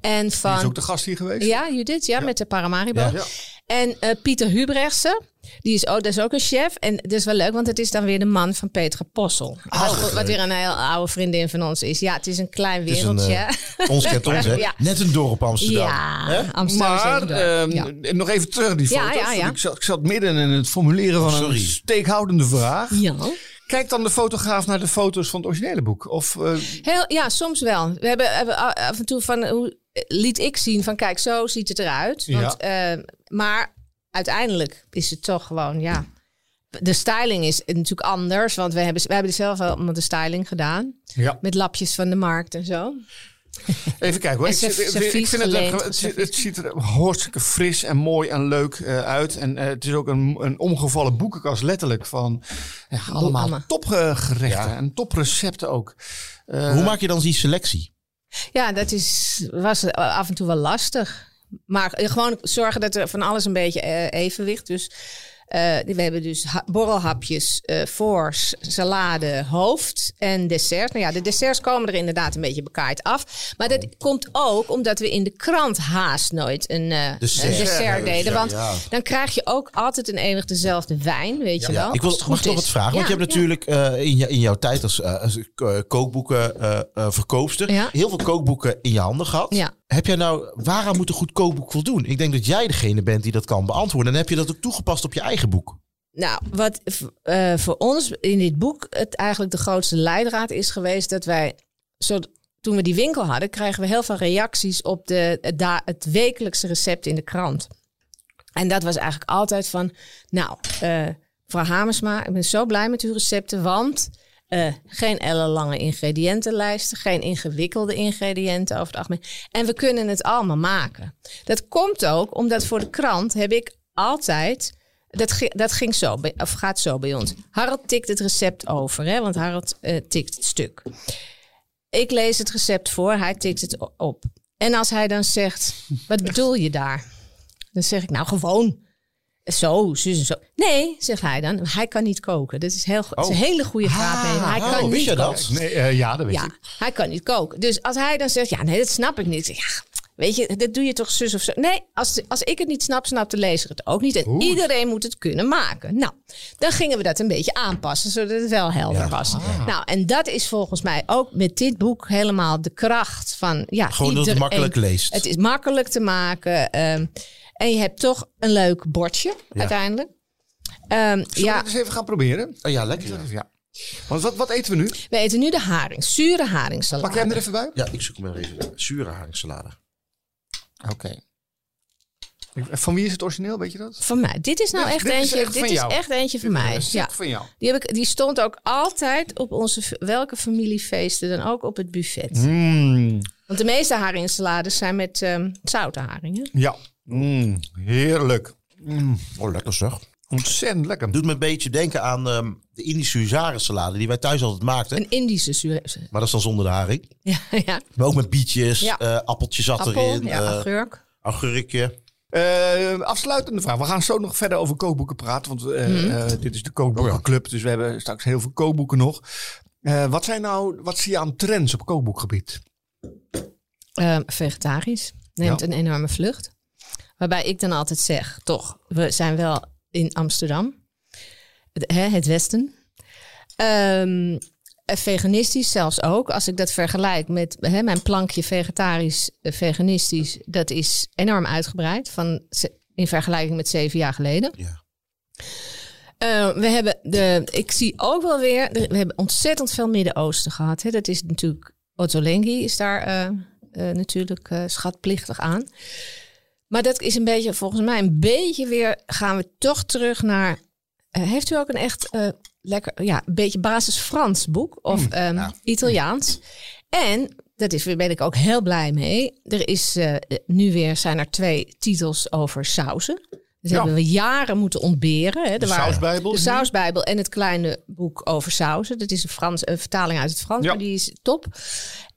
Speaker 2: En
Speaker 3: Die is
Speaker 2: van...
Speaker 3: ook de gast hier geweest.
Speaker 2: Ja, Judith, ja, met de Paramaribo.
Speaker 1: Ja.
Speaker 3: Ja.
Speaker 2: En eh, Pieter Hubrechtse, die is ook, dat is ook een chef. En dat is wel leuk, want het is dan weer de man van Petra Possel. wat, wat weer een heel oude vriendin van ons is. Ja, het is een klein
Speaker 1: is een, eh,
Speaker 2: wereldje.
Speaker 1: Ons kent ons, hè?
Speaker 2: Ja.
Speaker 1: Net een dorp Amsterdam.
Speaker 2: ja,
Speaker 1: Hè?
Speaker 2: Amsterdam. is
Speaker 3: Maar
Speaker 2: even door.
Speaker 3: ehm,
Speaker 2: Ja.
Speaker 3: nog even terug naar die
Speaker 2: Ja,
Speaker 3: foto's.
Speaker 2: ja, ja.
Speaker 3: want Ik, zat, ik zat midden in het formuleren van een
Speaker 1: Sorry.
Speaker 3: steekhoudende vraag.
Speaker 2: Ja.
Speaker 3: Kijkt dan de fotograaf naar de foto's van het originele boek? Of, eh,
Speaker 2: Heel, ja, soms wel. We hebben, hebben a- af en toe van, eh, hoe eh, liet ik zien van kijk, zo ziet het eruit. Want, eh, maar uiteindelijk is het toch gewoon, ja. De styling is natuurlijk anders, want we hebben, we hebben zelf wel allemaal de styling gedaan.
Speaker 3: ja.
Speaker 2: Met lapjes van de markt en zo.
Speaker 3: Even kijken hoor.
Speaker 2: En
Speaker 3: Ik, zit-
Speaker 2: serv-
Speaker 3: ik vind- ik
Speaker 2: servies
Speaker 3: vind het,
Speaker 2: geleend.
Speaker 3: het, ziet- het ziet er hartstikke fris en mooi en leuk eh, uit. En eh, het is ook een, een omgevallen boekenkast letterlijk van ja, allemaal
Speaker 2: allemaal.
Speaker 3: topgerechten
Speaker 1: Ja.
Speaker 3: en toprecepten ook. Eh,
Speaker 1: Hoe maak je dan die selectie?
Speaker 2: Ja, dat is, was af en toe wel lastig. Maar eh, gewoon zorgen dat er van alles een beetje eh, evenwicht. Dus eh, we hebben dus ha- borrelhapjes, eh voors, salade, hoofd en dessert. Nou ja, de desserts komen er inderdaad een beetje bekaaid af. Maar dat komt ook omdat we in de krant haast nooit een, eh,
Speaker 1: Dessert.
Speaker 2: een dessert deden.
Speaker 1: Ja,
Speaker 2: Want
Speaker 1: ja.
Speaker 2: dan krijg je ook altijd een enig dezelfde wijn, weet je wel.
Speaker 1: Ik wil
Speaker 2: Als het
Speaker 1: mag
Speaker 2: goed
Speaker 1: ik nog wat
Speaker 2: is.
Speaker 1: vragen. Want
Speaker 2: Ja,
Speaker 1: je hebt
Speaker 2: ja.
Speaker 1: natuurlijk eh, in, je, in jouw tijd als, eh, als eh, kookboeken eh, eh, verkoopster
Speaker 2: Ja.
Speaker 1: heel veel kookboeken in je handen gehad.
Speaker 2: Ja.
Speaker 1: Heb jij nou, waaraan moet een goed kookboek voldoen? Ik denk dat jij degene bent die dat kan beantwoorden. En heb je dat ook toegepast op je eigen boek?
Speaker 2: Nou, wat v- eh, voor ons in dit boek het eigenlijk de grootste leidraad is geweest, dat wij, zo, toen we die winkel hadden, kregen we heel veel reacties op de, het, da- het wekelijkse recept in de krant. En dat was eigenlijk altijd van, nou, eh mevrouw Hamersma, ik ben zo blij met uw recepten, want eh, geen ellenlange ingrediëntenlijsten, geen ingewikkelde ingrediënten over het algemeen. En we kunnen het allemaal maken. Dat komt ook omdat voor de krant heb ik altijd. Dat, gi- dat ging zo, bij- of gaat zo bij ons. Harald tikt het recept over, hè, want Harald eh, tikt het stuk. Ik lees het recept voor, hij tikt het o- op. En als hij dan zegt: Wat bedoel je daar? Dan zeg ik: Nou, gewoon. Zo, zus en zo. Nee, zegt hij dan. Hij kan niet koken. Dat is, heel, go- dat is een hele goede raadgeving. Hij
Speaker 1: oh,
Speaker 2: kan
Speaker 1: wist
Speaker 2: niet
Speaker 1: je dat?
Speaker 2: koken.
Speaker 3: nee, eh, ja, dat weet
Speaker 2: Ja,
Speaker 3: ik.
Speaker 2: hij kan niet koken. Dus als hij dan zegt, ja, nee, dat snap ik niet. Ik zeg, ja, weet je, dat doe je toch zus of zo. Nee, als, als ik het niet snap, snapt de lezer het ook niet. En
Speaker 3: Oeh.
Speaker 2: iedereen moet het kunnen maken. Nou, dan gingen we dat een beetje aanpassen, zodat het wel helder was. Nou, en dat is volgens mij ook met dit boek helemaal de kracht van... Ja,
Speaker 1: Gewoon dat het
Speaker 2: iedereen-
Speaker 1: makkelijk leest.
Speaker 2: Het is makkelijk te maken. ehm, en je hebt toch een leuk bordje, uiteindelijk. Ehm,
Speaker 3: Zullen we
Speaker 2: ja,
Speaker 3: het eens even gaan proberen?
Speaker 1: Oh ja, lekker. Ja,
Speaker 3: Ja. Want wat, wat eten we nu?
Speaker 2: we eten nu de haring. Zure haringsalade.
Speaker 3: Pak jij hem er even bij?
Speaker 1: ik zoek hem wel even. Zure haringsalade.
Speaker 3: Oké. Ik- Van wie is het origineel, weet je dat?
Speaker 2: Van mij. Dit is nou
Speaker 3: Ja,
Speaker 2: echt
Speaker 3: dit is
Speaker 2: eentje.
Speaker 3: echt van
Speaker 2: dit is
Speaker 3: jou.
Speaker 2: echt eentje van mij.
Speaker 3: Is
Speaker 2: Ja.
Speaker 3: Van jou.
Speaker 2: Die, heb ik, die stond ook altijd op onze f- welke familiefeesten dan ook op het buffet.
Speaker 3: Mm,
Speaker 2: Want de meeste haringsalades zijn met ehm zoute haringen.
Speaker 3: ja. Mm, heerlijk. Mm,
Speaker 1: Oh, lekker zeg.
Speaker 3: ontzettend lekker.
Speaker 1: Doet me een beetje denken aan ehm, de Indische huzarensalade die wij thuis altijd maakten.
Speaker 2: Een Indische zuur.
Speaker 1: Maar dat is dan zonder de haring.
Speaker 2: Ja, ja.
Speaker 1: Maar ook met bietjes,
Speaker 2: Ja.
Speaker 1: eh, appeltje zat
Speaker 2: Appel,
Speaker 1: erin,
Speaker 2: ja,
Speaker 1: eh,
Speaker 2: augurk.
Speaker 1: augurkje.
Speaker 3: Eh, afsluitende vraag. We gaan zo nog verder over kookboeken praten. Want eh, eh, dit is de kookboekenclub. Dus we hebben straks heel veel kookboeken nog. Eh, wat, zijn nou, wat zie je aan trends op kookboekgebied?
Speaker 2: Eh, vegetarisch neemt
Speaker 3: Ja.
Speaker 2: een enorme vlucht. Waarbij ik dan altijd zeg, toch, we zijn wel in Amsterdam. Het, hè, het Westen. Ehm, eh, veganistisch zelfs ook. Als ik dat vergelijk met hè, mijn plankje vegetarisch, eh, veganistisch. Dat is enorm uitgebreid van, ze- in vergelijking met zeven jaar geleden.
Speaker 1: Ja.
Speaker 2: Eh, we hebben de, ik zie ook wel weer, de- we hebben ontzettend veel Midden-Oosten gehad. Hè. Dat is natuurlijk, Ottolenghi is daar eh, eh, natuurlijk eh, schatplichtig aan. Maar dat is een beetje, volgens mij, een beetje weer gaan we toch terug naar. eh, heeft u ook een echt eh, lekker, ja, een beetje basis Frans boek of
Speaker 3: Hmm,
Speaker 2: ehm, Italiaans? En dat is, daar ben ik ook heel blij mee. Er is eh, nu weer zijn er twee titels over sauzen. Dus
Speaker 3: Ja.
Speaker 2: hebben we jaren moeten ontberen. Hè. Er
Speaker 3: De
Speaker 2: waren-
Speaker 3: sausbijbel?
Speaker 2: de Sausbijbel en het kleine boek over sauzen. Dat is een, Frans, een vertaling uit het Frans,
Speaker 3: Ja.
Speaker 2: maar die is top.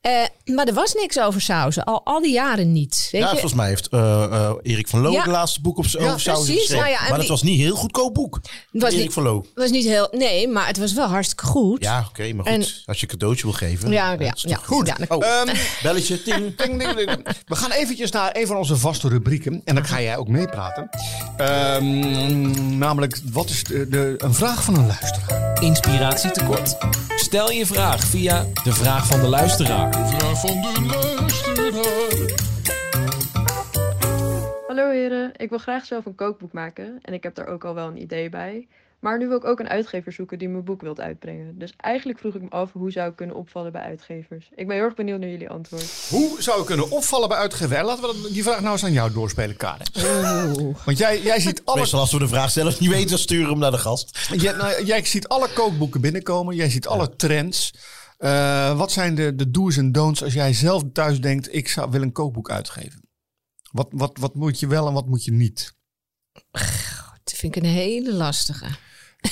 Speaker 2: Eh, maar er was niks over sauzen, al, al die jaren niet. Weet
Speaker 1: Ja,
Speaker 2: je?
Speaker 1: volgens mij heeft eh, eh, Erik van Loo
Speaker 2: Ja.
Speaker 1: het laatste boek op zijn
Speaker 2: Ja,
Speaker 1: over sauzen
Speaker 2: precies.
Speaker 1: geschreven.
Speaker 2: Nou ja, en
Speaker 1: maar
Speaker 2: die-
Speaker 1: dat was niet een heel goedkoop boek.
Speaker 2: was
Speaker 1: Erik
Speaker 2: niet-
Speaker 1: van Loo.
Speaker 2: Het was niet heel. Nee, maar het was wel hartstikke goed.
Speaker 1: Ja, oké, maar goed. als je een cadeautje wil geven.
Speaker 2: Ja,
Speaker 1: dat
Speaker 2: ja,
Speaker 1: is toch
Speaker 2: ja.
Speaker 1: Goed.
Speaker 2: Ja, dat-
Speaker 1: oh,
Speaker 3: Ehm,
Speaker 1: belletje, ting.
Speaker 3: Ding, ding, ding, ding. We gaan eventjes naar een van onze vaste rubrieken. En dan ga jij ook meepraten. Ehm, namelijk, wat is de, de- een vraag van een luisteraar?
Speaker 5: Inspiratietekort? Stel je vraag via de vraag van de luisteraar.
Speaker 6: Hallo heren, ik wil graag zelf een kookboek maken en ik heb daar ook al wel een idee bij. Maar nu wil ik ook een uitgever zoeken die mijn boek wilt uitbrengen. Dus eigenlijk vroeg ik me af hoe zou ik kunnen opvallen bij uitgevers. Ik ben heel erg benieuwd naar jullie antwoord.
Speaker 3: Hoe zou ik kunnen opvallen bij uitgever? Laten we dat- die vraag nou eens aan jou doorspelen, Karen.
Speaker 1: Oh.
Speaker 3: Want jij, jij ziet alle
Speaker 1: Meestal als we de vraag zelf niet weten, dan sturen we hem naar de gast.
Speaker 3: Jij, nou, jij ziet alle kookboeken binnenkomen. Jij ziet alle trends. Eh, wat zijn de, de do's en don'ts als jij zelf thuis denkt... ik zou, wil een kookboek uitgeven? Wat, wat, wat moet je wel en wat moet je niet?
Speaker 2: Dat vind ik een hele lastige.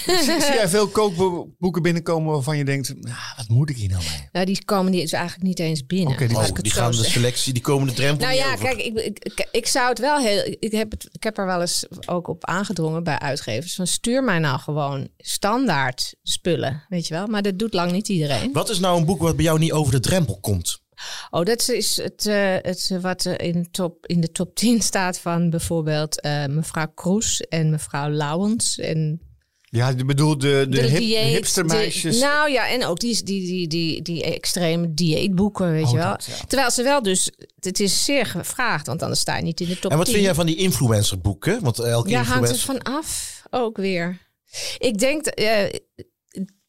Speaker 3: zie, zie jij veel kookboeken binnenkomen waarvan je denkt... "Nou, wat moet ik hier nou mee?
Speaker 2: Nou, die komen die is eigenlijk niet eens binnen.
Speaker 3: Oké, die-
Speaker 2: laat
Speaker 1: Oh,
Speaker 2: ik het
Speaker 1: die
Speaker 2: zo
Speaker 1: gaan de
Speaker 2: zeggen.
Speaker 1: selectie, die komen de drempel
Speaker 2: Nou
Speaker 1: niet
Speaker 2: ja,
Speaker 1: over.
Speaker 2: kijk, ik, ik, ik- ik zou het wel heel. Ik heb, het, ik heb er wel eens ook op aangedrongen bij uitgevers. Van stuur mij nou gewoon standaard spullen. Weet je wel? Maar dat doet lang niet iedereen.
Speaker 1: Wat is nou een boek wat bij jou niet over de drempel komt?
Speaker 2: Oh, dat is het, eh, het eh, wat eh, in, top, in de top 10 staat van bijvoorbeeld eh, mevrouw Kroes en mevrouw Lauwens. En
Speaker 3: Ja, ik bedoel de, de,
Speaker 2: De
Speaker 3: hip,
Speaker 2: dieet,
Speaker 3: hipstermeisjes.
Speaker 2: de- nou ja, en ook die, die, die, die, die extreme dieetboeken, weet
Speaker 3: Oh,
Speaker 2: je wel.
Speaker 3: dat, ja.
Speaker 2: Terwijl ze wel dus, het is zeer gevraagd, want anders sta je niet in de top 10.
Speaker 1: En wat vind jij van die influencerboeken? Want eh, elke
Speaker 2: Ja, hangt er
Speaker 1: influencer...
Speaker 2: van af ook weer. Ik denk, dat, eh,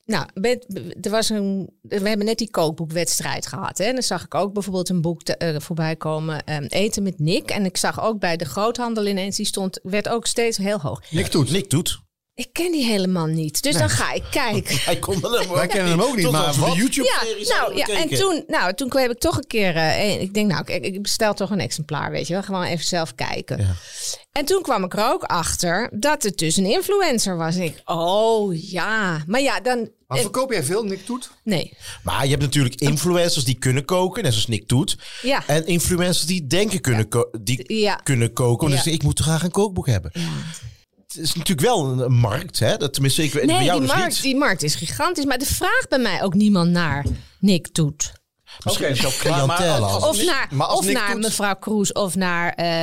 Speaker 2: nou, met- er was een, we hebben net die kookboekwedstrijd gehad. Hè? En dan zag ik ook bijvoorbeeld een boek te- eh, voorbij komen, eh, Eten met Nick. En ik zag ook bij de groothandel ineens, die stond, werd ook steeds heel hoog.
Speaker 1: Nick doet. Nick doet.
Speaker 2: Ik ken die helemaal niet, dus dan ga ik kijken.
Speaker 1: Hij komt er
Speaker 3: Wij kennen hem ook niet,
Speaker 1: Totdat
Speaker 3: maar
Speaker 1: we
Speaker 3: wat?
Speaker 1: de YouTube-series
Speaker 2: nou,
Speaker 1: hadden
Speaker 2: ja, en
Speaker 1: bekeken.
Speaker 2: toen, nou, toen heb ik toch een keer. eh, ik denk, nou, ik, ik bestel toch een exemplaar, weet je wel. Gewoon even zelf kijken.
Speaker 1: Ja.
Speaker 2: En toen kwam ik er ook achter dat het dus een influencer was. En ik, oh ja. Maar ja, dan.
Speaker 3: Maar
Speaker 2: eh,
Speaker 3: verkoop jij veel, Nick Toet?
Speaker 2: nee.
Speaker 1: Maar je hebt natuurlijk influencers die kunnen koken, net zoals Nick doet.
Speaker 2: Ja.
Speaker 1: En influencers die denken kunnen, ko- die
Speaker 2: Ja.
Speaker 1: kunnen koken. Dus
Speaker 2: Ja.
Speaker 1: ik moet graag een kookboek hebben. Het is natuurlijk wel een, een markt, hè? Dat, tenminste, ik weet bij
Speaker 2: Nee,
Speaker 1: jou
Speaker 2: die
Speaker 1: dus
Speaker 2: markt,
Speaker 1: niet.
Speaker 2: die markt is gigantisch. Maar er vraagt bij mij ook niemand naar Nick Toet.
Speaker 1: Misschien
Speaker 3: Oké.
Speaker 1: is jouw
Speaker 3: Maar- maar
Speaker 1: cliëntele
Speaker 3: als-
Speaker 1: anders.
Speaker 2: Of
Speaker 3: Nick-
Speaker 2: naar,
Speaker 3: maar als
Speaker 2: of
Speaker 3: Nick
Speaker 2: naar
Speaker 3: Toet-
Speaker 2: mevrouw Kroes. Of naar, eh,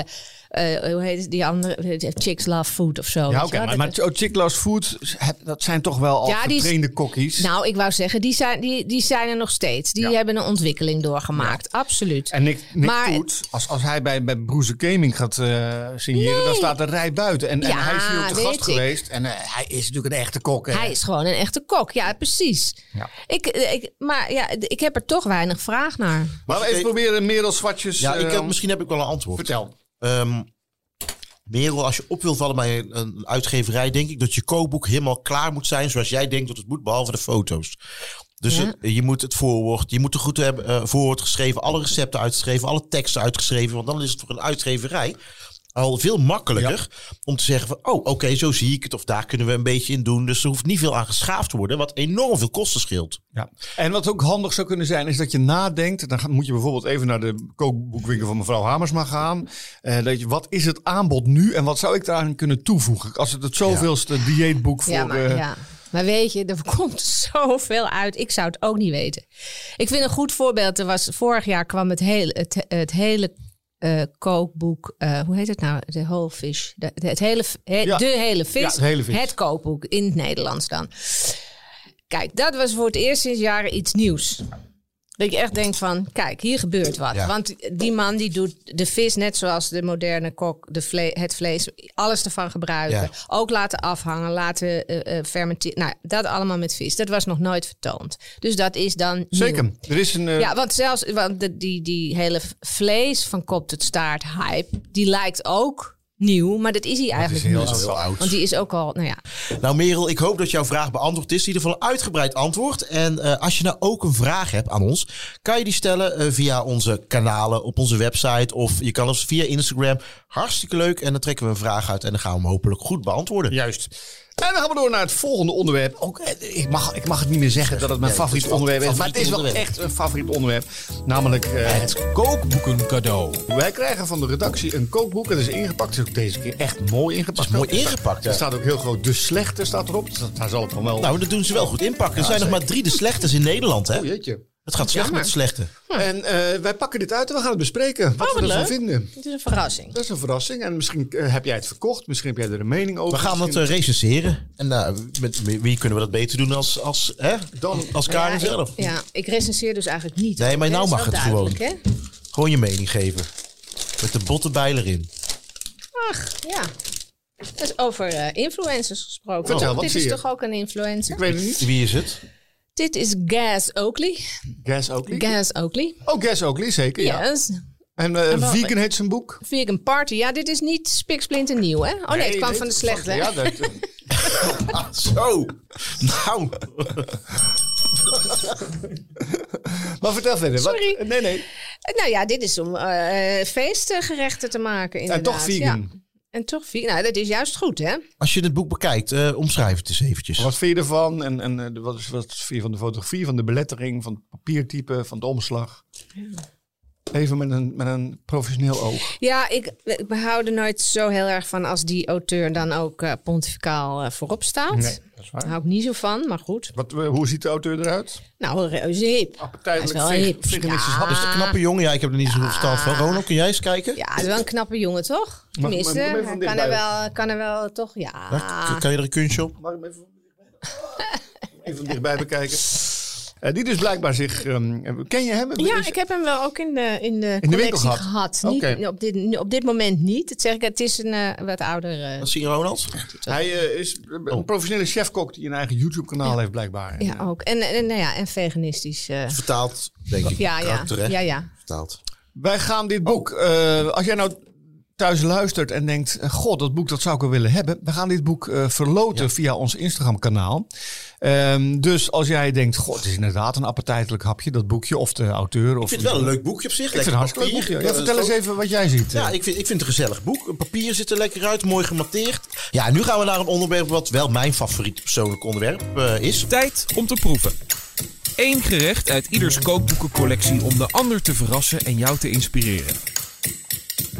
Speaker 2: eh, hoe heet die andere? Chicks Love Food of zo. weet
Speaker 3: Ja,
Speaker 2: je
Speaker 3: oké.
Speaker 2: wel.
Speaker 3: maar
Speaker 2: Dat-
Speaker 3: maar oh, Chick Loves Food, heb- dat zijn toch wel al
Speaker 2: Ja, die is-
Speaker 3: getrainde kokkies.
Speaker 2: Nou, ik wou zeggen, die zijn, die, die zijn er nog steeds. Die
Speaker 3: Ja.
Speaker 2: hebben een ontwikkeling doorgemaakt, absoluut.
Speaker 3: En Nick, Nick
Speaker 2: Maar-
Speaker 3: Toet, als, als hij bij, bij Broeze Gaming gaat eh, signeren, dan staat de rij buiten. En, en
Speaker 2: Ja,
Speaker 3: hij is hier op de
Speaker 2: weet
Speaker 3: gast
Speaker 2: ik.
Speaker 3: geweest. En eh, hij is natuurlijk een echte kok. hè.
Speaker 2: Hij is gewoon een echte kok, ja, precies.
Speaker 3: eh, Ja.
Speaker 2: Ik, eh, ik, maar ja, ik heb er toch weinig vraag naar.
Speaker 3: Maar we even proberen Merel Zwartjes.
Speaker 1: Ja, ik
Speaker 3: eh,
Speaker 1: heb, misschien heb ik wel een antwoord.
Speaker 3: Vertel.
Speaker 1: Ehm, Merel, als je op wil vallen bij een- een uitgeverij, denk ik dat je kookboek helemaal klaar moet zijn zoals jij denkt dat het moet, behalve de foto's. Dus
Speaker 2: Ja.
Speaker 1: het- je moet het voorwoord, je moet er goed hebben, eh, voorwoord geschreven, alle recepten uitgeschreven, alle teksten uitgeschreven, want dan is het voor een uitgeverij. al veel makkelijker om te zeggen van, oh, oké, zo zie ik het. Of daar kunnen we een beetje in doen. Dus er hoeft niet veel aan geschaafd te worden, wat enorm veel kosten scheelt.
Speaker 3: Ja. En wat ook handig zou kunnen zijn, is dat je nadenkt. Dan ga- moet je bijvoorbeeld even naar de kookboekwinkel van mevrouw Hamersma gaan. Eh, dat je, wat is het aanbod nu en wat zou ik daaraan kunnen toevoegen? Als het het zoveelste dieetboek voor...
Speaker 2: Ja maar,
Speaker 3: eh,
Speaker 2: ja, maar weet je, er komt zoveel uit. Ik zou het ook niet weten. Ik vind een goed voorbeeld. Er was, vorig jaar kwam het hele, het, het hele eh, kookboek. eh, hoe heet het nou? De Whole Fish. De, de- het hele, he-
Speaker 3: Ja.
Speaker 2: de hele vis.
Speaker 3: Ja, het hele vis.
Speaker 2: Het kookboek in het Nederlands dan. Kijk, dat was voor het eerst sinds jaren iets nieuws. Dat je echt denkt van, kijk, hier gebeurt wat.
Speaker 1: Ja.
Speaker 2: Want die man die doet de vis net zoals de moderne kok, de vle- het vlees, alles ervan gebruiken.
Speaker 1: Ja.
Speaker 2: Ook laten afhangen, laten eh fermenteren. Nou, dat allemaal met vis. Dat was nog nooit vertoond. Dus dat is dan nieuw.
Speaker 3: Zeker. Er is een... eh,
Speaker 2: Ja, want zelfs want de- die, die hele vlees van kop tot staart hype, die lijkt ook nieuw, maar dat is hij eigenlijk
Speaker 3: heel
Speaker 2: niet.
Speaker 3: oud. oud.
Speaker 2: Want die is ook al, nou ja,
Speaker 1: Nou Merel, ik hoop dat jouw vraag beantwoord is. In ieder geval een uitgebreid antwoord. En eh, als je nou ook een vraag hebt aan ons, kan je die stellen eh, via onze kanalen op onze website. Of je kan ons via Instagram. Hartstikke leuk. En dan trekken we een vraag uit en dan gaan we hem hopelijk goed beantwoorden.
Speaker 3: Juist. En dan gaan we door naar het volgende onderwerp. Ook, eh, ik, mag, ik mag het niet meer zeggen dat het mijn
Speaker 1: Nee,
Speaker 3: favoriet
Speaker 1: het is wel
Speaker 3: onderwerp is. Maar het
Speaker 1: favoriet
Speaker 3: is wel
Speaker 1: onderwerp.
Speaker 3: echt een favoriet onderwerp. Namelijk, eh,
Speaker 5: Het kookboeken cadeau.
Speaker 3: wij krijgen van de redactie een kookboek. Het is ingepakt. Het is ook deze keer echt mooi ingepakt.
Speaker 1: is mooi ingepakt, ja.
Speaker 3: Er staat ook heel groot De Slechte staat erop. Dus dat- daar zal het van wel...
Speaker 1: Nou, dat doen ze wel goed inpakken. Er zijn nog maar drie de slechters in Nederland, hè?
Speaker 3: Oh, jeetje.
Speaker 1: Het gaat slecht met de slechte.
Speaker 3: En eh, wij pakken dit uit en we gaan het bespreken.
Speaker 1: Oh,
Speaker 3: Wat we
Speaker 2: wat
Speaker 3: ervan
Speaker 2: leuk.
Speaker 3: vinden.
Speaker 2: het is een verrassing.
Speaker 3: Dat is een verrassing. En misschien eh, heb jij het verkocht. Misschien heb jij er een mening over.
Speaker 1: We gaan dat
Speaker 3: Misschien-
Speaker 1: eh, recenseren. En nou, met met wie kunnen we dat beter doen als, als, hè?
Speaker 3: Dan-
Speaker 1: als Karin
Speaker 2: ja,
Speaker 1: zelf?
Speaker 2: Ik, ja, ik recenseer dus eigenlijk niet.
Speaker 1: Nee, maar
Speaker 2: Hè,
Speaker 1: nou
Speaker 2: dat is
Speaker 1: mag
Speaker 2: wel
Speaker 1: het gewoon.
Speaker 2: duidelijk,
Speaker 1: Gewoon je mening geven. Met de botte bijl erin.
Speaker 2: Hè? Ach, ja. Dus over eh, influencers gesproken.
Speaker 3: Vertel,
Speaker 2: Want
Speaker 3: wat
Speaker 2: dit
Speaker 3: zie
Speaker 2: is
Speaker 3: je?
Speaker 2: toch ook een influencer?
Speaker 1: eh,
Speaker 3: Ik weet het niet.
Speaker 1: Wie is het?
Speaker 2: Dit is Gaz Oakley.
Speaker 3: Gas Oakley.
Speaker 2: Gaz Oakley.
Speaker 3: oh, Gas Oakley, zeker. Ja.
Speaker 2: Yes.
Speaker 3: En eh,
Speaker 2: wel-
Speaker 3: Vegan heet zijn boek.
Speaker 2: Vegan Party. Ja, dit is niet spiksplinter nieuw, hè? Oh nee, het kwam
Speaker 3: dit-
Speaker 2: van de slechte.
Speaker 3: Ja, dat,
Speaker 1: Zo. Nou.
Speaker 3: maar vertel verder. wat-
Speaker 2: Sorry.
Speaker 3: nee, nee.
Speaker 2: Nou ja, dit is om eh, eh, feestgerechten te maken,
Speaker 3: En
Speaker 2: inderdaad.
Speaker 3: toch vegan.
Speaker 2: Ja. En toch vegan. Nou, dat is juist goed, hè?
Speaker 1: Als je het boek bekijkt, eh, omschrijf het eens eventjes.
Speaker 3: Wat vind je ervan? En, en eh, wat, is- wat vind je van de fotografie, van de belettering, van het papiertype, van de omslag? Even met een, met een professioneel oog.
Speaker 2: Ja, ik, ik hou er nooit zo heel erg van als die auteur dan ook eh, pontificaal eh, voorop staat.
Speaker 3: dat is
Speaker 2: Daar hou ik niet zo van, maar goed.
Speaker 3: Wat, eh, hoe ziet de auteur eruit?
Speaker 2: Nou, reuze hip.
Speaker 3: Appetijtelijk
Speaker 2: Hij is wel
Speaker 3: veg-
Speaker 2: hip.
Speaker 3: veganistisch.
Speaker 2: Ja.
Speaker 3: hap.
Speaker 1: Dus de knappe jongen, ja, ik heb er niet zo goed verstand van. Ronald, kun jij eens kijken?
Speaker 2: Ah. Ja, dat is wel een knappe jongen, toch?
Speaker 3: maar
Speaker 2: Tenminste,
Speaker 3: kom even
Speaker 2: hij
Speaker 3: van
Speaker 2: kan
Speaker 3: dichtbij.
Speaker 2: er, wel, kan er wel toch, ja.
Speaker 1: Ja, k- Kan je er een kunstje op?
Speaker 3: Mag ik hem even van dichtbij- even van dichtbij bekijken? Eh, die dus blijkbaar zich... ehm, ken je hem?
Speaker 2: Ja,
Speaker 3: Is-
Speaker 2: ik heb hem wel ook in de, in de,
Speaker 3: winkel
Speaker 2: collectie
Speaker 3: gehad?
Speaker 2: gehad.
Speaker 3: Oké.
Speaker 2: Niet, op, dit, op dit moment niet. Dat zeg ik, het is een eh, wat ouder... eh,
Speaker 1: Dat zie je, Ronald?
Speaker 3: Hij eh, is een
Speaker 1: Oh.
Speaker 3: professionele chefkok die een eigen YouTube-kanaal heeft blijkbaar.
Speaker 2: ja, ook. En, en, nou ja, en veganistisch. eh,
Speaker 1: Vertaald, denk ik.
Speaker 2: ja, ja.
Speaker 1: Karakter, hè?
Speaker 2: ja, ja.
Speaker 1: Vertaald.
Speaker 3: Wij gaan dit boek, eh, als jij nou thuis luistert en denkt, eh, god, dat boek dat zou ik wel willen hebben. We gaan dit boek eh, verloten via ons Instagram kanaal. Ehm, dus als jij denkt, god, het is inderdaad een appetijtelijk hapje, dat boekje of de auteur. Of
Speaker 1: Ik vind het wel een leuk boekje op zich.
Speaker 3: Ik vind het een hartstikke leuk boekje. Ja, vertel eens even wat jij ziet. eh.
Speaker 1: Ja, ik vind, ik vind het een gezellig boek. Het papier zit er lekker uit, mooi gematteerd. Ja, en nu gaan we naar een onderwerp wat wel mijn favoriet persoonlijk onderwerp eh, is.
Speaker 5: Tijd om te proeven. Eén gerecht uit ieders kookboekencollectie om de ander te verrassen en jou te inspireren.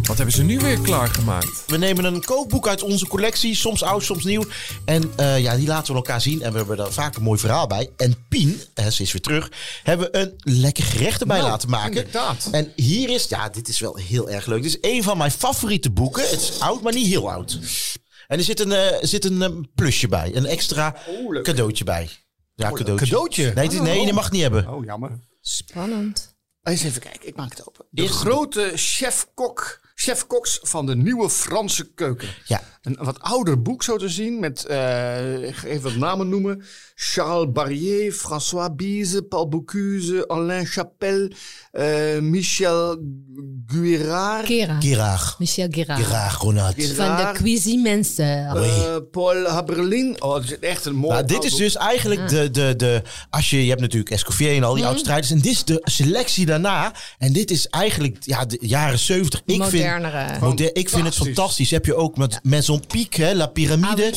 Speaker 5: Wat hebben ze nu weer klaargemaakt?
Speaker 1: We nemen een kookboek uit onze collectie, soms oud, soms nieuw. En eh, ja, die laten we elkaar zien. En we hebben daar vaak een mooi verhaal bij. En Pien, hè, ze is weer terug, hebben we een lekker gerecht erbij
Speaker 3: Nou,
Speaker 1: laten maken.
Speaker 3: inderdaad.
Speaker 1: En hier is, ja, dit is wel heel erg leuk. Dit is een van mijn favoriete boeken. Het is oud, maar niet heel oud. En er zit een, eh, zit een eh, plusje bij, een extra cadeautje bij. Ja, cadeautje.
Speaker 3: Oh, cadeautje?
Speaker 1: Nee, dit, nee, je mag het niet hebben.
Speaker 3: Oh, jammer.
Speaker 2: Spannend.
Speaker 3: Oh, Eens even kijken, ik maak het open. De
Speaker 1: Eerst-
Speaker 3: grote chef-kok, chef-koks van de nieuwe Franse keuken.
Speaker 1: Ja,
Speaker 3: Een wat ouder boek zo te zien, met, eh, ik ga even wat namen noemen. Charles Barrier, François Bise, Paul Bocuse, Alain Chapelle, eh, Michel Guérard,
Speaker 2: Kera.
Speaker 1: Gerard.
Speaker 2: Michel Gerard.
Speaker 1: Gerard Ronald.
Speaker 2: Van de Cuisimensen.
Speaker 3: eh, Paul Haberlin. Oh, het is echt een mooi
Speaker 1: Nou, dit
Speaker 3: oud
Speaker 1: is
Speaker 3: boek.
Speaker 1: dus eigenlijk de, de, de... Als je, je hebt natuurlijk Escoffier en al die oud-strijders. En dit is de selectie daarna. En dit is eigenlijk ja, de jaren 70. Ik vind
Speaker 2: modernere.
Speaker 1: Moder- ik vind het
Speaker 3: Fantastisch.
Speaker 1: fantastisch. Heb je ook met Maison Piek, hè, La Pyramide.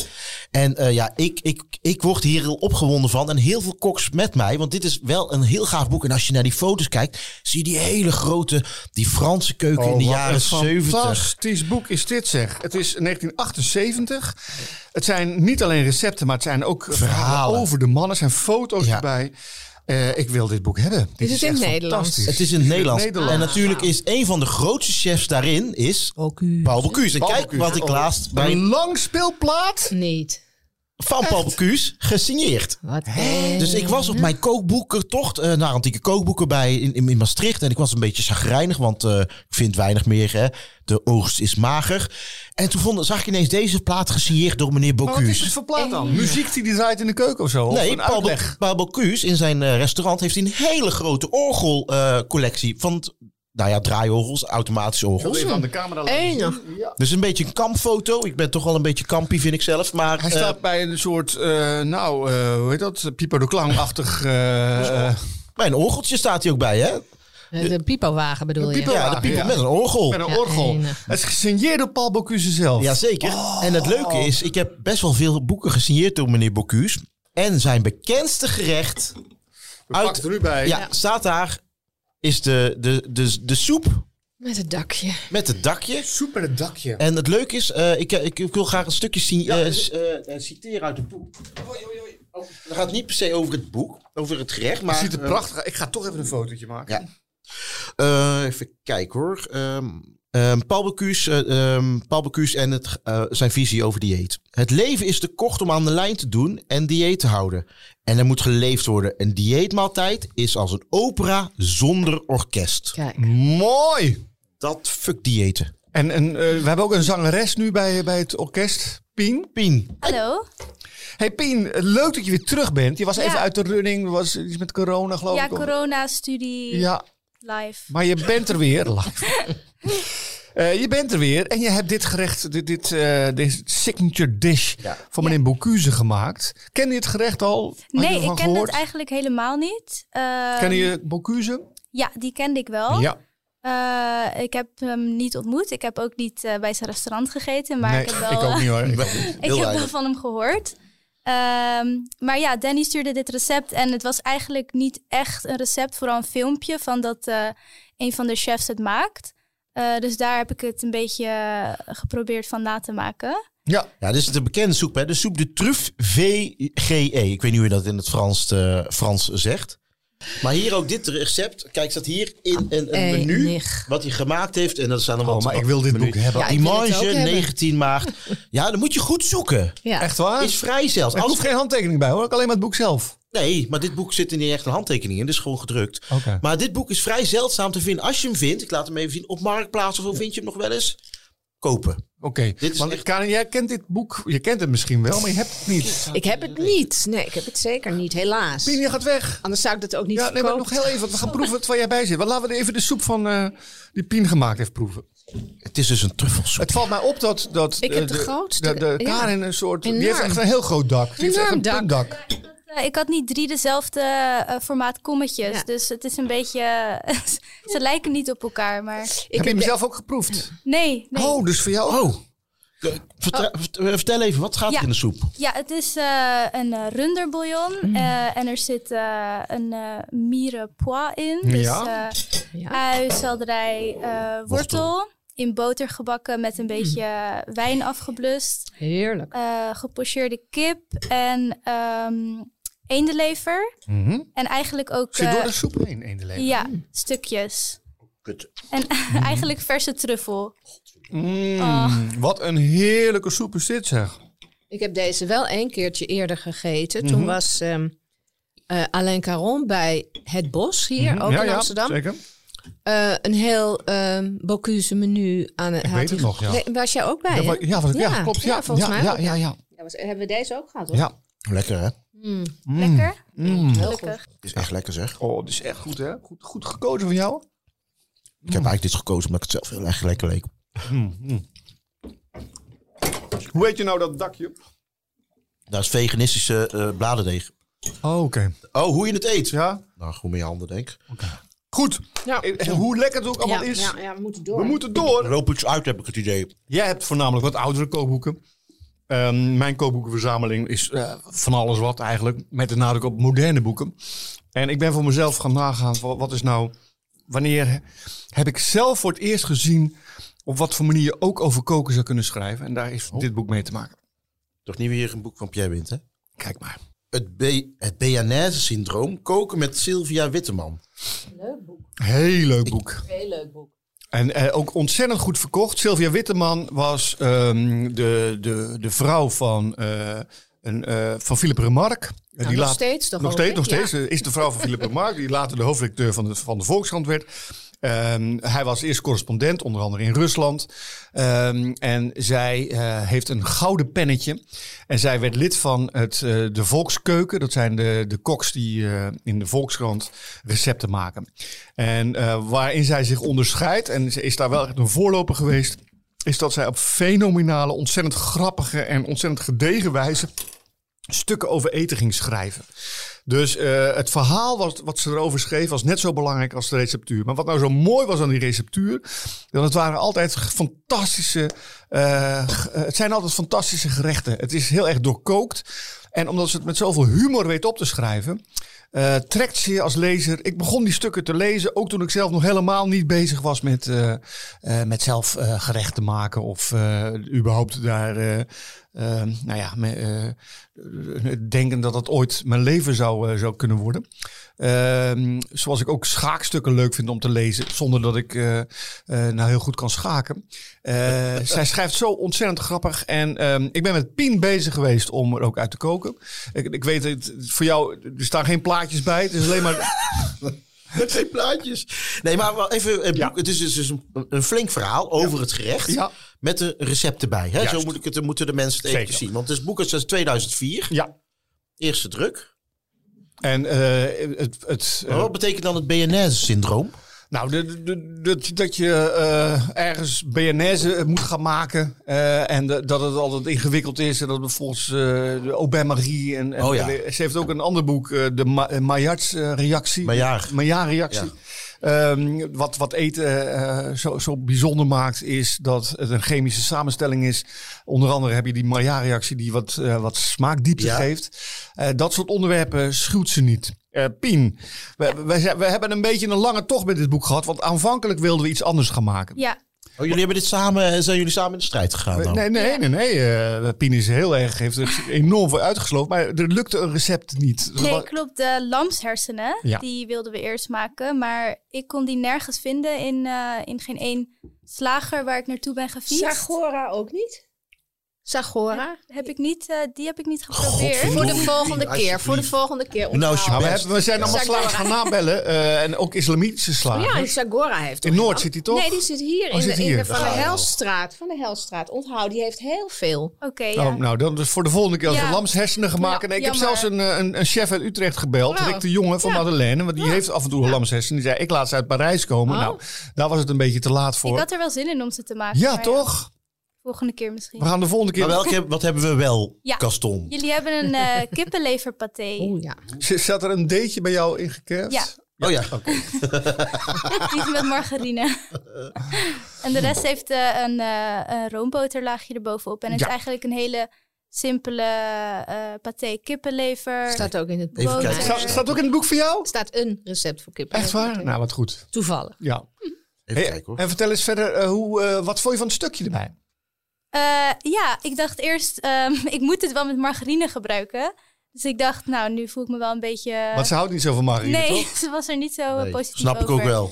Speaker 1: En eh, ja, ik, ik, ik word hier heel opgewonden van. En heel veel koks met mij. Want dit is wel een heel gaaf boek. En als je naar die foto's kijkt, zie je die hele grote, die Franse keuken in de jaren zeventig.
Speaker 3: Oh, fantastisch boek is dit zeg. Het is 1978. Het zijn niet alleen recepten, maar het zijn ook verhalen,
Speaker 1: Verhalen.
Speaker 3: over de mannen. Er zijn foto's
Speaker 1: Ja.
Speaker 3: erbij. Eh, ik wil dit boek hebben. Dit
Speaker 2: het in
Speaker 3: echt
Speaker 2: het Nederlands?
Speaker 3: fantastisch.
Speaker 1: Het is in het Nederlands.
Speaker 3: Nederlands.
Speaker 1: En natuurlijk is een van de grootste chefs daarin is
Speaker 2: Ook
Speaker 1: Paul Bocuse. En
Speaker 3: Paul
Speaker 1: kijk
Speaker 3: Bocuse.
Speaker 1: wat ik laatst
Speaker 3: Een
Speaker 1: bij
Speaker 3: lang speelplaat.
Speaker 2: niet.
Speaker 1: van Paul Bocuse gesigneerd.
Speaker 2: Wat
Speaker 1: Dus ik was op mijn kookboekentocht eh, naar antieke kookboeken bij in, in, in Maastricht. En ik was een beetje chagrijnig, want eh, ik vind weinig meer. Hè. De oogst is mager. En toen vond, zag ik ineens deze plaat gesigneerd door meneer
Speaker 3: Maar Oh, wat is het
Speaker 1: Bocuse.
Speaker 3: voor plaat dan? Muziek die die draait in de keuken of zo? of
Speaker 1: Nee,
Speaker 3: een
Speaker 1: Paul,
Speaker 3: uitleg?
Speaker 1: Bo- Paul Bocuse in zijn eh, restaurant heeft een hele grote orgelcollectie. van, t- nou ja, draaiorgels, automatische orgels.
Speaker 3: Even aan de camera laten
Speaker 2: Enig.
Speaker 3: zien. Ja.
Speaker 1: Dus een beetje een kampfoto. Ik ben toch wel een beetje kampie, vind ik zelf. Maar
Speaker 3: Hij
Speaker 1: eh,
Speaker 3: staat bij een soort, eh, nou, eh, hoe heet dat? Pieper de Klang-achtig. eh, eh,
Speaker 1: bij een orgeltje staat hij ook bij, hè?
Speaker 2: De, de pipowagen bedoel
Speaker 3: De
Speaker 2: je?
Speaker 3: pipo-
Speaker 1: Ja, de
Speaker 3: Ja,
Speaker 1: people
Speaker 3: ja.
Speaker 1: met een orgel.
Speaker 3: met een
Speaker 2: Ja,
Speaker 3: orgel.
Speaker 2: enig.
Speaker 3: Het is gesigneerd door Paul Bocuse zelf.
Speaker 1: Jazeker.
Speaker 3: Oh.
Speaker 1: En het leuke is, ik heb best wel veel boeken gesigneerd door meneer Bocuse. En zijn bekendste gerecht
Speaker 3: We pakken het er nu bij.
Speaker 1: ja, staat daar, is de, de, de, de soep
Speaker 2: Met het dakje.
Speaker 1: met het dakje.
Speaker 3: Super het dakje.
Speaker 1: En het leuke is, eh, ik, ik, ik wil graag een stukje zien, eh, s- eh, eh, citeren uit het boek. Oh, Het gaat niet per se over het boek, over het gerecht. Maar,
Speaker 3: Het ziet er
Speaker 1: eh,
Speaker 3: prachtig uit. Ik ga toch even een fotootje maken.
Speaker 1: Ja. Eh, even kijken hoor. Ehm, ehm, Paul, Bocuse, eh, ehm, Paul Bocuse en het, eh, zijn visie over dieet. Het leven is te kort om aan de lijn te doen en dieet te houden. En er moet geleefd worden. Een dieetmaaltijd is als een opera zonder orkest.
Speaker 2: Kijk.
Speaker 3: Mooi.
Speaker 1: Dat fuck diëten.
Speaker 3: En, en eh, we hebben ook een zangeres nu bij, bij het orkest. Pien.
Speaker 1: Pien,
Speaker 4: Hallo.
Speaker 3: Hey Pien, leuk dat je weer terug bent. Je was
Speaker 4: Ja.
Speaker 3: even uit de running. Er was iets met corona geloof
Speaker 4: Ja,
Speaker 3: ik. of-
Speaker 4: corona, studie,
Speaker 3: Ja,
Speaker 4: live.
Speaker 3: maar je bent er weer. Live. Eh, je bent er weer en je hebt dit gerecht, dit, dit, eh, dit signature dish
Speaker 1: Ja.
Speaker 3: van meneer Bocuse gemaakt. Ken je het gerecht al? Had je
Speaker 4: Nee,
Speaker 3: ervan
Speaker 4: ik ken
Speaker 3: gehoord?
Speaker 4: het eigenlijk helemaal niet. Oh, Ehm,
Speaker 3: Ken je Bocuse?
Speaker 4: Ja, die kende ik wel.
Speaker 3: Ja.
Speaker 4: Eh, ik heb hem niet ontmoet. Ik heb ook niet eh, bij zijn restaurant gegeten. Maar
Speaker 3: nee,
Speaker 4: ik heb wel,
Speaker 3: ook niet hoor. Ik
Speaker 1: heel
Speaker 3: ook
Speaker 4: ik heb wel
Speaker 1: weinig.
Speaker 4: van hem gehoord. Ehm, maar ja, Danny stuurde dit recept en het was eigenlijk niet echt een recept, vooral een filmpje van dat eh, een van de chefs het maakt. Eh, dus daar heb ik het een beetje eh, geprobeerd van na te maken.
Speaker 3: Ja,
Speaker 1: Ja, dit is de bekende soep, hè? De soep de truffe VGE. Ik weet niet hoe je dat in het Frans, eh, Frans zegt. Maar hier ook dit recept. Kijk, staat hier in een, een
Speaker 2: Eh,
Speaker 1: menu.
Speaker 2: Enig.
Speaker 1: Wat hij gemaakt heeft. En dat staan er wat.
Speaker 3: Oh, maar ik wil dit
Speaker 1: menu-
Speaker 3: boek hebben.
Speaker 2: Ja, ik wil het
Speaker 1: Dimanche,
Speaker 2: ook hebben.
Speaker 1: 19 maart. Ja, dan moet je goed zoeken.
Speaker 2: Ja.
Speaker 3: Echt waar?
Speaker 1: Is vrij zelfs.
Speaker 3: Er hoeft
Speaker 1: Anders,
Speaker 3: geen handtekening bij hoor, ook alleen maar het boek zelf.
Speaker 1: nee, maar dit boek zit er niet echt een handtekening in. Dit is gewoon gedrukt.
Speaker 3: Oké.
Speaker 1: Maar dit boek is vrij zeldzaam te vinden. Als je hem vindt, ik laat hem even zien op Marktplaats of zo, vind je hem nog wel eens? Kopen.
Speaker 3: Oké,
Speaker 1: Dit is
Speaker 3: want
Speaker 1: echt-
Speaker 3: Karin, jij kent dit boek, je kent het misschien wel, maar je hebt het niet.
Speaker 2: Ik heb het niet. Nee, ik heb het zeker niet.
Speaker 3: Pien,
Speaker 2: Helaas.
Speaker 3: je gaat weg.
Speaker 2: Anders zou ik dat ook niet
Speaker 3: Ja, nee, maar
Speaker 2: verkopen.
Speaker 3: nog heel even, want we gaan proeven wat waar jij bij zit. Maar laten we even de soep van eh, die Pien gemaakt heeft proeven.
Speaker 1: Het is dus een truffelsoep.
Speaker 3: Het valt mij op dat, dat
Speaker 2: Ik
Speaker 3: eh,
Speaker 2: heb de grootste,
Speaker 3: de, de
Speaker 2: ja.
Speaker 3: Karin een soort, die heeft
Speaker 2: Enorm.
Speaker 3: echt een heel groot dak. Die heeft echt
Speaker 2: Enorm
Speaker 3: een
Speaker 2: dak.
Speaker 3: puntdak.
Speaker 4: Eh, ik had niet drie dezelfde eh, formaat kommetjes,
Speaker 2: Ja.
Speaker 4: dus het is een beetje... ze lijken niet op elkaar, maar...
Speaker 2: Ik
Speaker 3: heb je hem
Speaker 2: de-
Speaker 3: zelf ook geproefd?
Speaker 4: Nee, nee.
Speaker 3: Oh, dus voor jou Oh.
Speaker 1: Eh, vertra-
Speaker 2: Oh.
Speaker 1: vert- eh, Vertel even, wat gaat
Speaker 4: Ja.
Speaker 1: er in de soep?
Speaker 4: Ja, het is eh, een eh, runderbouillon
Speaker 3: Mm.
Speaker 4: eh, en er zit eh, een eh mirepoix in. Dus
Speaker 3: Ja.
Speaker 4: eh,
Speaker 2: Ja.
Speaker 4: ui, selderij, eh, wortel. In boter gebakken met een beetje wijn afgeblust.
Speaker 2: Heerlijk.
Speaker 4: eh, gepocheerde kip en ehm eendelever.
Speaker 3: Mhm.
Speaker 4: En eigenlijk ook
Speaker 3: Zit door
Speaker 4: eh,
Speaker 3: de soep heen, eendelever.
Speaker 4: ja, stukjes.
Speaker 1: Kut.
Speaker 4: En eigenlijk verse truffel.
Speaker 3: Mm,
Speaker 2: Oh.
Speaker 4: Ah.
Speaker 3: Wat een heerlijke soep is dit zeg.
Speaker 2: Ik heb deze wel één keertje eerder gegeten.
Speaker 3: Mhm.
Speaker 2: Toen was ehm, eh, Alain Caron bij Het Bos hier,
Speaker 3: Mhm.
Speaker 2: ook
Speaker 3: Ja,
Speaker 2: in
Speaker 3: ja,
Speaker 2: Amsterdam.
Speaker 3: zeker.
Speaker 2: eh, een heel ehm Bocuse menu aan het
Speaker 3: Ik
Speaker 2: had
Speaker 3: weet het
Speaker 2: hij-
Speaker 3: nog, ja.
Speaker 2: Nee, was jij ook bij?
Speaker 3: Ja,
Speaker 2: hè?
Speaker 3: wa- ja, was het- ja, klopt. Ja,
Speaker 2: volgens
Speaker 3: ja,
Speaker 2: mij.
Speaker 3: ja,
Speaker 2: ook,
Speaker 3: ja, ja.
Speaker 2: Ja, was- hebben we deze ook gehad? Hoor.
Speaker 3: Ja.
Speaker 1: Lekker, hè? Het
Speaker 2: Mm,
Speaker 4: Lekker.
Speaker 3: Mm.
Speaker 4: Gelukkig.
Speaker 1: is echt lekker, zeg.
Speaker 3: Oh, dit is echt goed hè. Goed, goed gekozen van jou.
Speaker 1: Ik
Speaker 2: Mm.
Speaker 1: heb eigenlijk dit gekozen omdat ik het zelf heel erg lekker leek.
Speaker 3: Hoe heet je nou dat dakje?
Speaker 1: Daar is veganistische eh bladerdeeg.
Speaker 3: Oh, oké.
Speaker 1: Oh, hoe je het eet.
Speaker 3: Ja?
Speaker 1: Nou, goed met je handen, denk ik.
Speaker 3: Goed,
Speaker 2: Ja.
Speaker 3: Eh, hoe lekker het ook allemaal
Speaker 2: ja,
Speaker 3: is,
Speaker 2: ja, ja, we moeten door.
Speaker 3: we moeten door.
Speaker 1: Loop iets uit, heb ik het idee.
Speaker 3: Jij hebt voornamelijk wat oudere kookboeken. Ehm, mijn kookboekenverzameling is eh, van alles wat eigenlijk, met de nadruk op moderne boeken. En ik ben voor mezelf gaan nagaan, wa- wat is nou, wanneer heb ik zelf voor het eerst gezien op wat voor manier je ook over koken zou kunnen schrijven. En daar heeft dit boek mee te maken.
Speaker 1: Toch niet weer een boek van Pierre Wint, hè?
Speaker 3: Kijk maar.
Speaker 1: Het, Be het Bearnaise-syndroom. Koken met Sylvia Witteman.
Speaker 2: Leuk boek.
Speaker 3: Heel leuk boek.
Speaker 2: Heel leuk boek.
Speaker 3: En eh, ook ontzettend goed verkocht. Sylvia Witteman was ehm, de, de, de vrouw van, eh, een, eh, van Philip Remarque.
Speaker 2: Nou,
Speaker 3: die
Speaker 2: nog
Speaker 3: laat,
Speaker 2: steeds toch
Speaker 3: nog
Speaker 2: ook,
Speaker 3: steeds,
Speaker 2: hè?
Speaker 3: nog
Speaker 2: Ja.
Speaker 3: steeds. Ze Is de vrouw van Philip Remarque, die later de hoofdredacteur van de, van de Volkskrant werd. Ehm, hij was eerst correspondent, onder andere in Rusland. Ehm, en zij eh, heeft een gouden pennetje. En zij werd lid van het, eh, de Volkskeuken. Dat zijn de, de koks die eh, in de Volkskrant recepten maken. En eh, waarin zij zich onderscheidt, en ze is daar wel echt een voorloper geweest... is dat zij op fenomenale, ontzettend grappige en ontzettend gedegen wijze... stukken over eten ging schrijven. Dus eh, het verhaal wat, wat ze erover schreef was net zo belangrijk als de receptuur. Maar wat nou zo mooi was aan die receptuur, dan het waren altijd fantastische, eh, g- eh, het zijn altijd fantastische gerechten. Het is heel erg doorkookt. En omdat ze het met zoveel humor weet op te schrijven, eh, trekt ze je als lezer. Ik begon die stukken te lezen, ook toen ik zelf nog helemaal niet bezig was met, eh, eh, met zelf eh, gerechten maken of eh, überhaupt daar, eh, eh, nou ja, me- eh, het denken dat dat ooit mijn leven zou, eh, zou kunnen worden. Ehm, zoals ik ook schaakstukken leuk vind om te lezen, zonder dat ik eh, eh, nou heel goed kan schaken. Eh, zij schrijft zo ontzettend grappig. En ehm, ik ben met Pien bezig geweest om er ook uit te koken. Ik, ik weet het, voor jou, er staan geen plaatjes bij. Het is alleen maar.
Speaker 1: Geen plaatjes. Nee, maar wel even. Het, boek, het is dus een, een flink verhaal over het gerecht.
Speaker 3: Ja.
Speaker 1: Met de recepten bij. Hè?
Speaker 3: Juist.
Speaker 1: Zo moet ik het, moeten de mensen het even
Speaker 3: Zeker.
Speaker 1: zien. Want het boek is uit 2004.
Speaker 3: Ja.
Speaker 1: Eerste druk.
Speaker 3: En eh, het. het eh,
Speaker 1: Maar wat betekent dan het BNS-syndroom?
Speaker 3: Nou, de- de- dat- dat je eh, ergens BNS moet gaan maken. eh, en de- dat het altijd ingewikkeld is. En dat het volgens eh, de Aubin-Marie. En, en-
Speaker 1: Oh ja.
Speaker 3: en ze heeft ook een ander boek, eh, de Ma eh, Maillards-reactie.
Speaker 1: Maillard.
Speaker 3: Maillard-reactie.
Speaker 1: Ja.
Speaker 3: Ehm, wat, wat eten eh, zo, zo bijzonder maakt, is dat het een chemische samenstelling is. Onder andere heb je die Maillard-reactie die wat, eh, wat smaakdiepte
Speaker 1: Ja.
Speaker 3: geeft. Eh, dat soort onderwerpen schuwt ze niet. Eh, Pien, we, we, zijn- we hebben een beetje een lange tocht met dit boek gehad. Want aanvankelijk wilden we iets anders gaan maken.
Speaker 4: Ja,
Speaker 1: Oh, jullie hebben dit samen, zijn jullie samen in de strijd gegaan dan?
Speaker 3: Nee, nee, nee. nee. eh, Pien is heel erg, heeft er enorm voor uitgesloofd. Maar er lukte een recept niet.
Speaker 4: Nee, klopt. De lamshersenen,
Speaker 3: Dus Ja.
Speaker 4: die wilden we eerst maken. Maar ik kon die nergens vinden in, eh, in geen één slager waar ik naartoe ben gefietst.
Speaker 2: Sagora ook niet? Sagora?
Speaker 4: Heb ik niet, eh, die heb ik niet geprobeerd.
Speaker 1: Godverdomme.
Speaker 2: Voor de volgende keer. Voor de
Speaker 1: alsjeblieft.
Speaker 2: volgende keer.
Speaker 1: Nou, als je
Speaker 3: Nou,
Speaker 2: onthouden.
Speaker 3: we,
Speaker 1: best.
Speaker 3: hebben, we zijn allemaal
Speaker 2: Sagora.
Speaker 3: slagers gaan nabellen. eh, en ook islamitische
Speaker 2: Ja, en
Speaker 3: slagers.
Speaker 2: Sagora heeft
Speaker 3: In
Speaker 2: toch
Speaker 3: Noord
Speaker 2: een-
Speaker 3: zit hij toch?
Speaker 2: Nee, die zit hier,
Speaker 3: Oh,
Speaker 2: in,
Speaker 3: zit
Speaker 2: de, in
Speaker 3: hier.
Speaker 2: de Van de
Speaker 1: Oh.
Speaker 2: Helstraat. Van de Helstraat. Onthoud, die heeft heel veel.
Speaker 4: Oké,
Speaker 3: Nou,
Speaker 4: ja.
Speaker 3: nou, dan dus voor de volgende keer als we
Speaker 4: Ja.
Speaker 3: lamshersenen gaan
Speaker 2: Ja,
Speaker 3: maken. Nee, ik heb
Speaker 4: jammer.
Speaker 3: zelfs een, eh, een, een chef uit Utrecht gebeld,
Speaker 2: Nou.
Speaker 3: Rick de Jonge van
Speaker 2: Ja.
Speaker 3: Madeleine. Want die heeft af en toe lamshersenen. Die zei, ik laat ze uit Parijs komen.
Speaker 2: Oh.
Speaker 3: Nou, daar was het een beetje te laat
Speaker 4: Ik
Speaker 3: voor.
Speaker 4: had er wel zin in om ze te maken.
Speaker 3: ja,
Speaker 4: maar
Speaker 3: toch?
Speaker 4: volgende keer
Speaker 3: We
Speaker 4: misschien.
Speaker 3: gaan de volgende keer...
Speaker 1: Maar welke, heb- wat hebben we wel,
Speaker 4: Ja.
Speaker 1: Gaston?
Speaker 4: Jullie hebben een eh kippenleverpaté.
Speaker 2: Oeh Oh, ja.
Speaker 3: Z- Zat er een deetje bij jou ingekerfd?
Speaker 4: Ja.
Speaker 1: Oh ja.
Speaker 4: Die met margarine. en de rest heeft eh, een, eh, een roomboterlaagje erbovenop. En het
Speaker 3: Ja.
Speaker 4: is eigenlijk een hele simpele eh paté kippenlever.
Speaker 2: Staat ook in het boek.
Speaker 1: Even kijken.
Speaker 3: Staat, staat ook in het boek voor jou?
Speaker 2: staat een recept voor kippen.
Speaker 3: Echt waar? Nou, wat goed.
Speaker 2: Toevallig.
Speaker 3: Ja.
Speaker 1: Even
Speaker 3: Hey,
Speaker 1: kijken hoor.
Speaker 3: en vertel eens verder, eh, hoe, eh, wat vond je van het stukje erbij?
Speaker 4: Eh, ja, ik dacht eerst, ehm, ik moet het wel met margarine gebruiken. Dus ik dacht, nou, nu voel ik me wel een beetje...
Speaker 3: Want ze houdt niet zo van margarine,
Speaker 4: Eh, nee,
Speaker 3: toch?
Speaker 4: ze was er niet zo eh,
Speaker 1: Nee,
Speaker 4: positief
Speaker 1: Snap
Speaker 4: over.
Speaker 1: ik ook wel.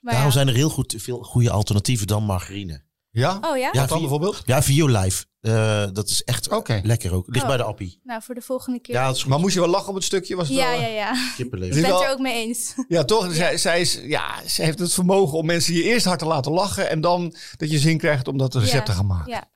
Speaker 4: Maar
Speaker 1: Daarom
Speaker 4: ja.
Speaker 1: zijn er heel goed, veel goede alternatieven dan margarine.
Speaker 3: Ja?
Speaker 4: Oh ja?
Speaker 1: Ja,
Speaker 3: Wat dan
Speaker 1: vi-
Speaker 3: bijvoorbeeld?
Speaker 1: ja Violife. Eh, dat is echt
Speaker 3: Oké.
Speaker 1: lekker ook. Ligt
Speaker 4: Oh.
Speaker 1: bij de appie.
Speaker 4: Nou, voor de volgende keer.
Speaker 1: Ja, dat is goed.
Speaker 3: Maar moest je wel lachen op het stukje? Was het
Speaker 4: ja,
Speaker 3: wel, eh,
Speaker 4: ja, ja.
Speaker 1: Kippenlever.
Speaker 4: Ik ben het
Speaker 3: wel-
Speaker 4: er ook mee eens.
Speaker 3: Ja, toch? Zij, zij is, ja, ze heeft het vermogen om mensen je eerst hard te laten lachen. En dan dat je zin krijgt om dat recept
Speaker 4: Ja,
Speaker 3: te gaan maken.
Speaker 4: Ja.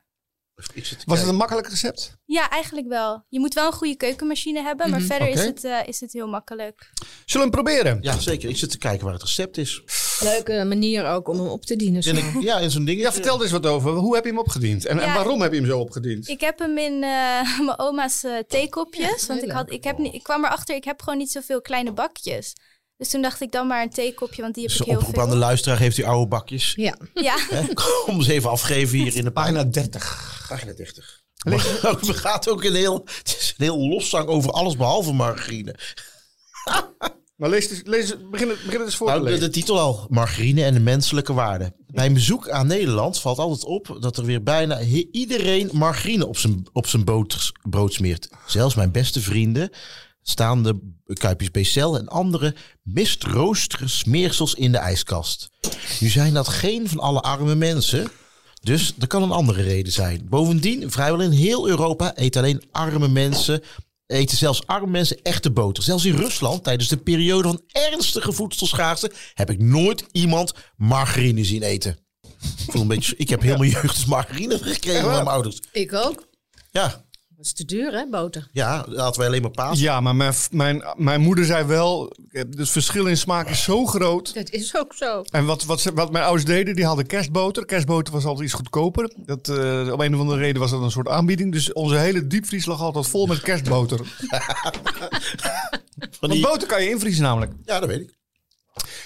Speaker 1: Ik zit te
Speaker 3: Was het
Speaker 1: kijken.
Speaker 3: een makkelijk recept?
Speaker 4: ja, eigenlijk wel. Je moet wel een goede keukenmachine hebben,
Speaker 1: Mhm,
Speaker 4: maar verder
Speaker 3: Oké.
Speaker 4: is, het, eh, is het heel makkelijk.
Speaker 3: Zullen we hem proberen?
Speaker 1: Ja, zeker. Ik zit te kijken waar het recept is.
Speaker 2: Leuke manier ook om hem op te dienen.
Speaker 1: En ik, ja, in zo'n ding.
Speaker 3: Ja, vertel er eens wat over. Hoe heb je hem opgediend? En, en
Speaker 4: Ja,
Speaker 3: waarom heb je hem zo opgediend?
Speaker 4: Ik heb hem in eh, mijn oma's eh, theekopjes. want ik,
Speaker 2: leuk.
Speaker 4: had, ik, heb niet, ik kwam erachter, ik heb gewoon niet zoveel kleine bakjes. Dus toen dacht ik dan maar een theekopje, want die heb
Speaker 1: Dus
Speaker 4: ik
Speaker 1: een
Speaker 4: heel
Speaker 1: oproep aan de
Speaker 4: veel.
Speaker 1: luisteraar heeft u oude bakjes.
Speaker 2: Ja.
Speaker 4: Ja,
Speaker 1: Hè? Kom eens even afgeven hier in de
Speaker 3: Pagina 30.
Speaker 1: Pagina 30. Maar Het gaat ook een heel, het is een heel lofzang over alles behalve margarine.
Speaker 3: Maar lees, dus, lees begin, het, begin het eens voor te
Speaker 1: Nou, de,
Speaker 3: lezen.
Speaker 1: de titel al, Margarine en de menselijke waarde. Bij een bezoek aan Nederland valt altijd op dat er weer bijna he- iedereen margarine op zijn, op zijn boters- brood smeert. Zelfs mijn beste vrienden staan de kuipjes Becel en andere mistrooster smeersels in de ijskast. Nu zijn dat geen van alle arme mensen, dus er kan een andere reden zijn. Bovendien, vrijwel in heel Europa eten alleen arme mensen. Eten zelfs arme mensen echte boter. Zelfs in Rusland, tijdens de periode van ernstige voedselschaarste, heb ik nooit iemand margarine zien eten. Ik, voel een beetje, ik heb heel mijn jeugd dus margarine gekregen van mijn ouders.
Speaker 2: Ik ook.
Speaker 1: Ja,
Speaker 2: Dat is te duur, hè, boter?
Speaker 1: ja, laten wij alleen maar paas.
Speaker 3: Ja, maar mijn, mijn, mijn moeder zei wel, eh, het verschil in smaak is zo groot.
Speaker 2: Dat is ook zo.
Speaker 3: En wat, wat, ze- wat mijn ouders deden, die hadden kerstboter. Kerstboter was altijd iets goedkoper. Dat, eh, op een of andere reden was dat een soort aanbieding. Dus onze hele diepvries lag altijd vol met kerstboter.
Speaker 1: Van
Speaker 3: Want
Speaker 1: die,
Speaker 3: boter kan je invriezen namelijk.
Speaker 1: ja, dat weet ik.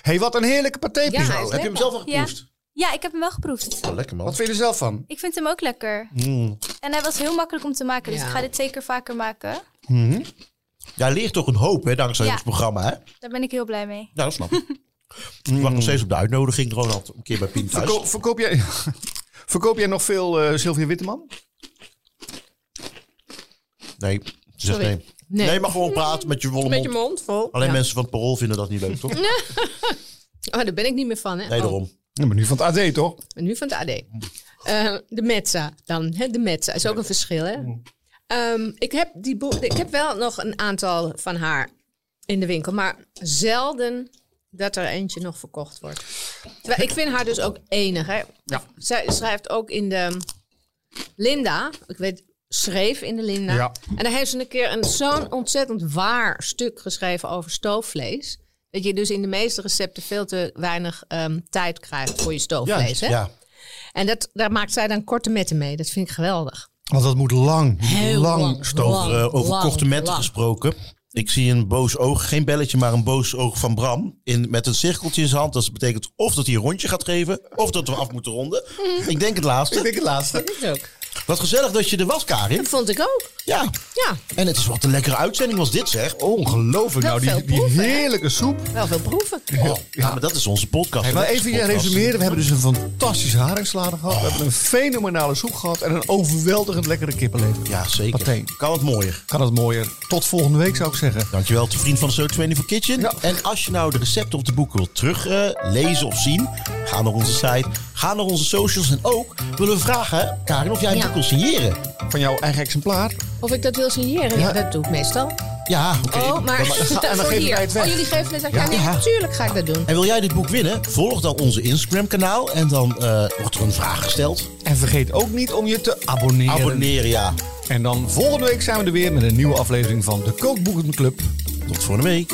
Speaker 3: hey, wat een heerlijke paté
Speaker 2: Ja, hij
Speaker 3: Piro.
Speaker 1: Heb je
Speaker 2: is
Speaker 1: hem
Speaker 2: lekker.
Speaker 1: zelf al
Speaker 4: Ja.
Speaker 1: geproefd?
Speaker 4: ja, ik heb hem wel geproefd.
Speaker 1: Oh, lekker man. Hmm.
Speaker 3: Wat vind je er zelf van?
Speaker 4: Ik vind hem ook lekker.
Speaker 3: Mm.
Speaker 4: En hij was heel makkelijk om te maken, dus
Speaker 2: Ja.
Speaker 4: ik ga dit zeker vaker maken.
Speaker 1: Jij leert toch een hoop hè, dankzij
Speaker 4: Ja.
Speaker 1: ons programma. Hè?
Speaker 4: Daar ben ik heel blij mee.
Speaker 1: Ja, dat snap ik. Ik wacht nog steeds op de uitnodiging, Ronald. Een keer bij Pien thuis.
Speaker 3: Verkoop, verkoop, jij, verkoop jij nog veel eh Sylvia Witteman?
Speaker 1: Nee, ze zegt
Speaker 2: Sorry.
Speaker 1: nee.
Speaker 2: Nee.
Speaker 1: nee. maar gewoon praten met je wollen
Speaker 2: Met
Speaker 1: mond.
Speaker 2: je mond vol.
Speaker 1: Alleen
Speaker 2: Ja.
Speaker 1: mensen van het parool vinden dat niet leuk, toch? Nee,
Speaker 2: Oh, daar ben ik niet meer van, hè? Oh,
Speaker 1: daarom.
Speaker 3: Ja, maar nu van het AD toch?
Speaker 2: en nu van het AD. Eh, de Metza dan. Hè? De Metza is ook een verschil, hè? Ehm, ik, heb die boek, ik heb wel nog een aantal van haar in de winkel. Maar zelden dat er eentje nog verkocht wordt. Terwijl, ik vind haar dus ook enig, hè? Zij schrijft ook in de Linda. Ik weet, schreef in de Linda.
Speaker 3: Ja.
Speaker 2: En daar heeft ze een keer een, zo'n ontzettend waar stuk geschreven over stoofvlees. Dat je dus in de meeste recepten veel te weinig ehm, tijd krijgt voor je stoofvlees. hè?
Speaker 1: Ja.
Speaker 2: En dat, daar maakt zij dan korte metten mee. Dat vind ik geweldig.
Speaker 3: Want dat moet lang, lang,
Speaker 1: Het Over, eh, over
Speaker 2: lang,
Speaker 1: korte metten
Speaker 2: lang.
Speaker 1: gesproken. Ik zie een boos oog, geen belletje, maar een boos oog van Bram. In, met een cirkeltje in zijn hand. Dat betekent of dat hij een rondje gaat geven, of dat we af moeten ronden. Ik denk het laatste. Ik denk het laatste.
Speaker 2: Dat ook.
Speaker 1: Wat gezellig dat je er was, Karin.
Speaker 2: Dat vond ik ook.
Speaker 1: Ja.
Speaker 2: Ja,
Speaker 1: En het is wat een lekkere uitzending was dit, zeg.
Speaker 3: Ongelooflijk.
Speaker 2: Wel
Speaker 3: Nou, die,
Speaker 2: veel
Speaker 3: die
Speaker 2: proeven, hè?
Speaker 3: heerlijke soep.
Speaker 2: wel veel proeven.
Speaker 1: Oh, ja, maar dat is onze podcast.
Speaker 3: Maar
Speaker 1: Dat is
Speaker 3: even je
Speaker 1: podcast.
Speaker 3: resumeren. We hebben dus een fantastische haringslade gehad. We hebben een fenomenale soep gehad. En een overweldigend lekkere kippenlever.
Speaker 1: Ja, zeker.
Speaker 3: Pathé.
Speaker 1: Kan het mooier.
Speaker 3: Kan dat mooier. Tot volgende week zou ik zeggen.
Speaker 1: Dankjewel, te vriend van So 24 Kitchen.
Speaker 3: Ja.
Speaker 1: En als je nou de recepten op de boeken wilt teruglezen lezen of zien, ga naar onze site, ga naar onze socials en ook willen we vragen, Karin, of jij een
Speaker 2: Ja.
Speaker 1: boek wil signeren.
Speaker 3: Van jouw eigen exemplaar.
Speaker 2: Of ik dat wil signeren, ja. dat doe ik meestal.
Speaker 1: Ja, oké.
Speaker 2: Oh, maar
Speaker 3: en dan
Speaker 2: voor
Speaker 3: geven wij
Speaker 2: hier.
Speaker 3: het weg.
Speaker 2: Oh, jullie geven het weg. Ja,
Speaker 1: Ja.
Speaker 2: nee, natuurlijk ga ik dat doen.
Speaker 1: En wil jij dit boek winnen? Volg dan onze Instagram-kanaal en dan eh, wordt er een vraag gesteld.
Speaker 3: En vergeet ook niet om je te abonneren.
Speaker 1: Abonneren, ja.
Speaker 3: En dan volgende week zijn we er weer met een nieuwe aflevering van de Kookboekenclub.
Speaker 1: Tot volgende week.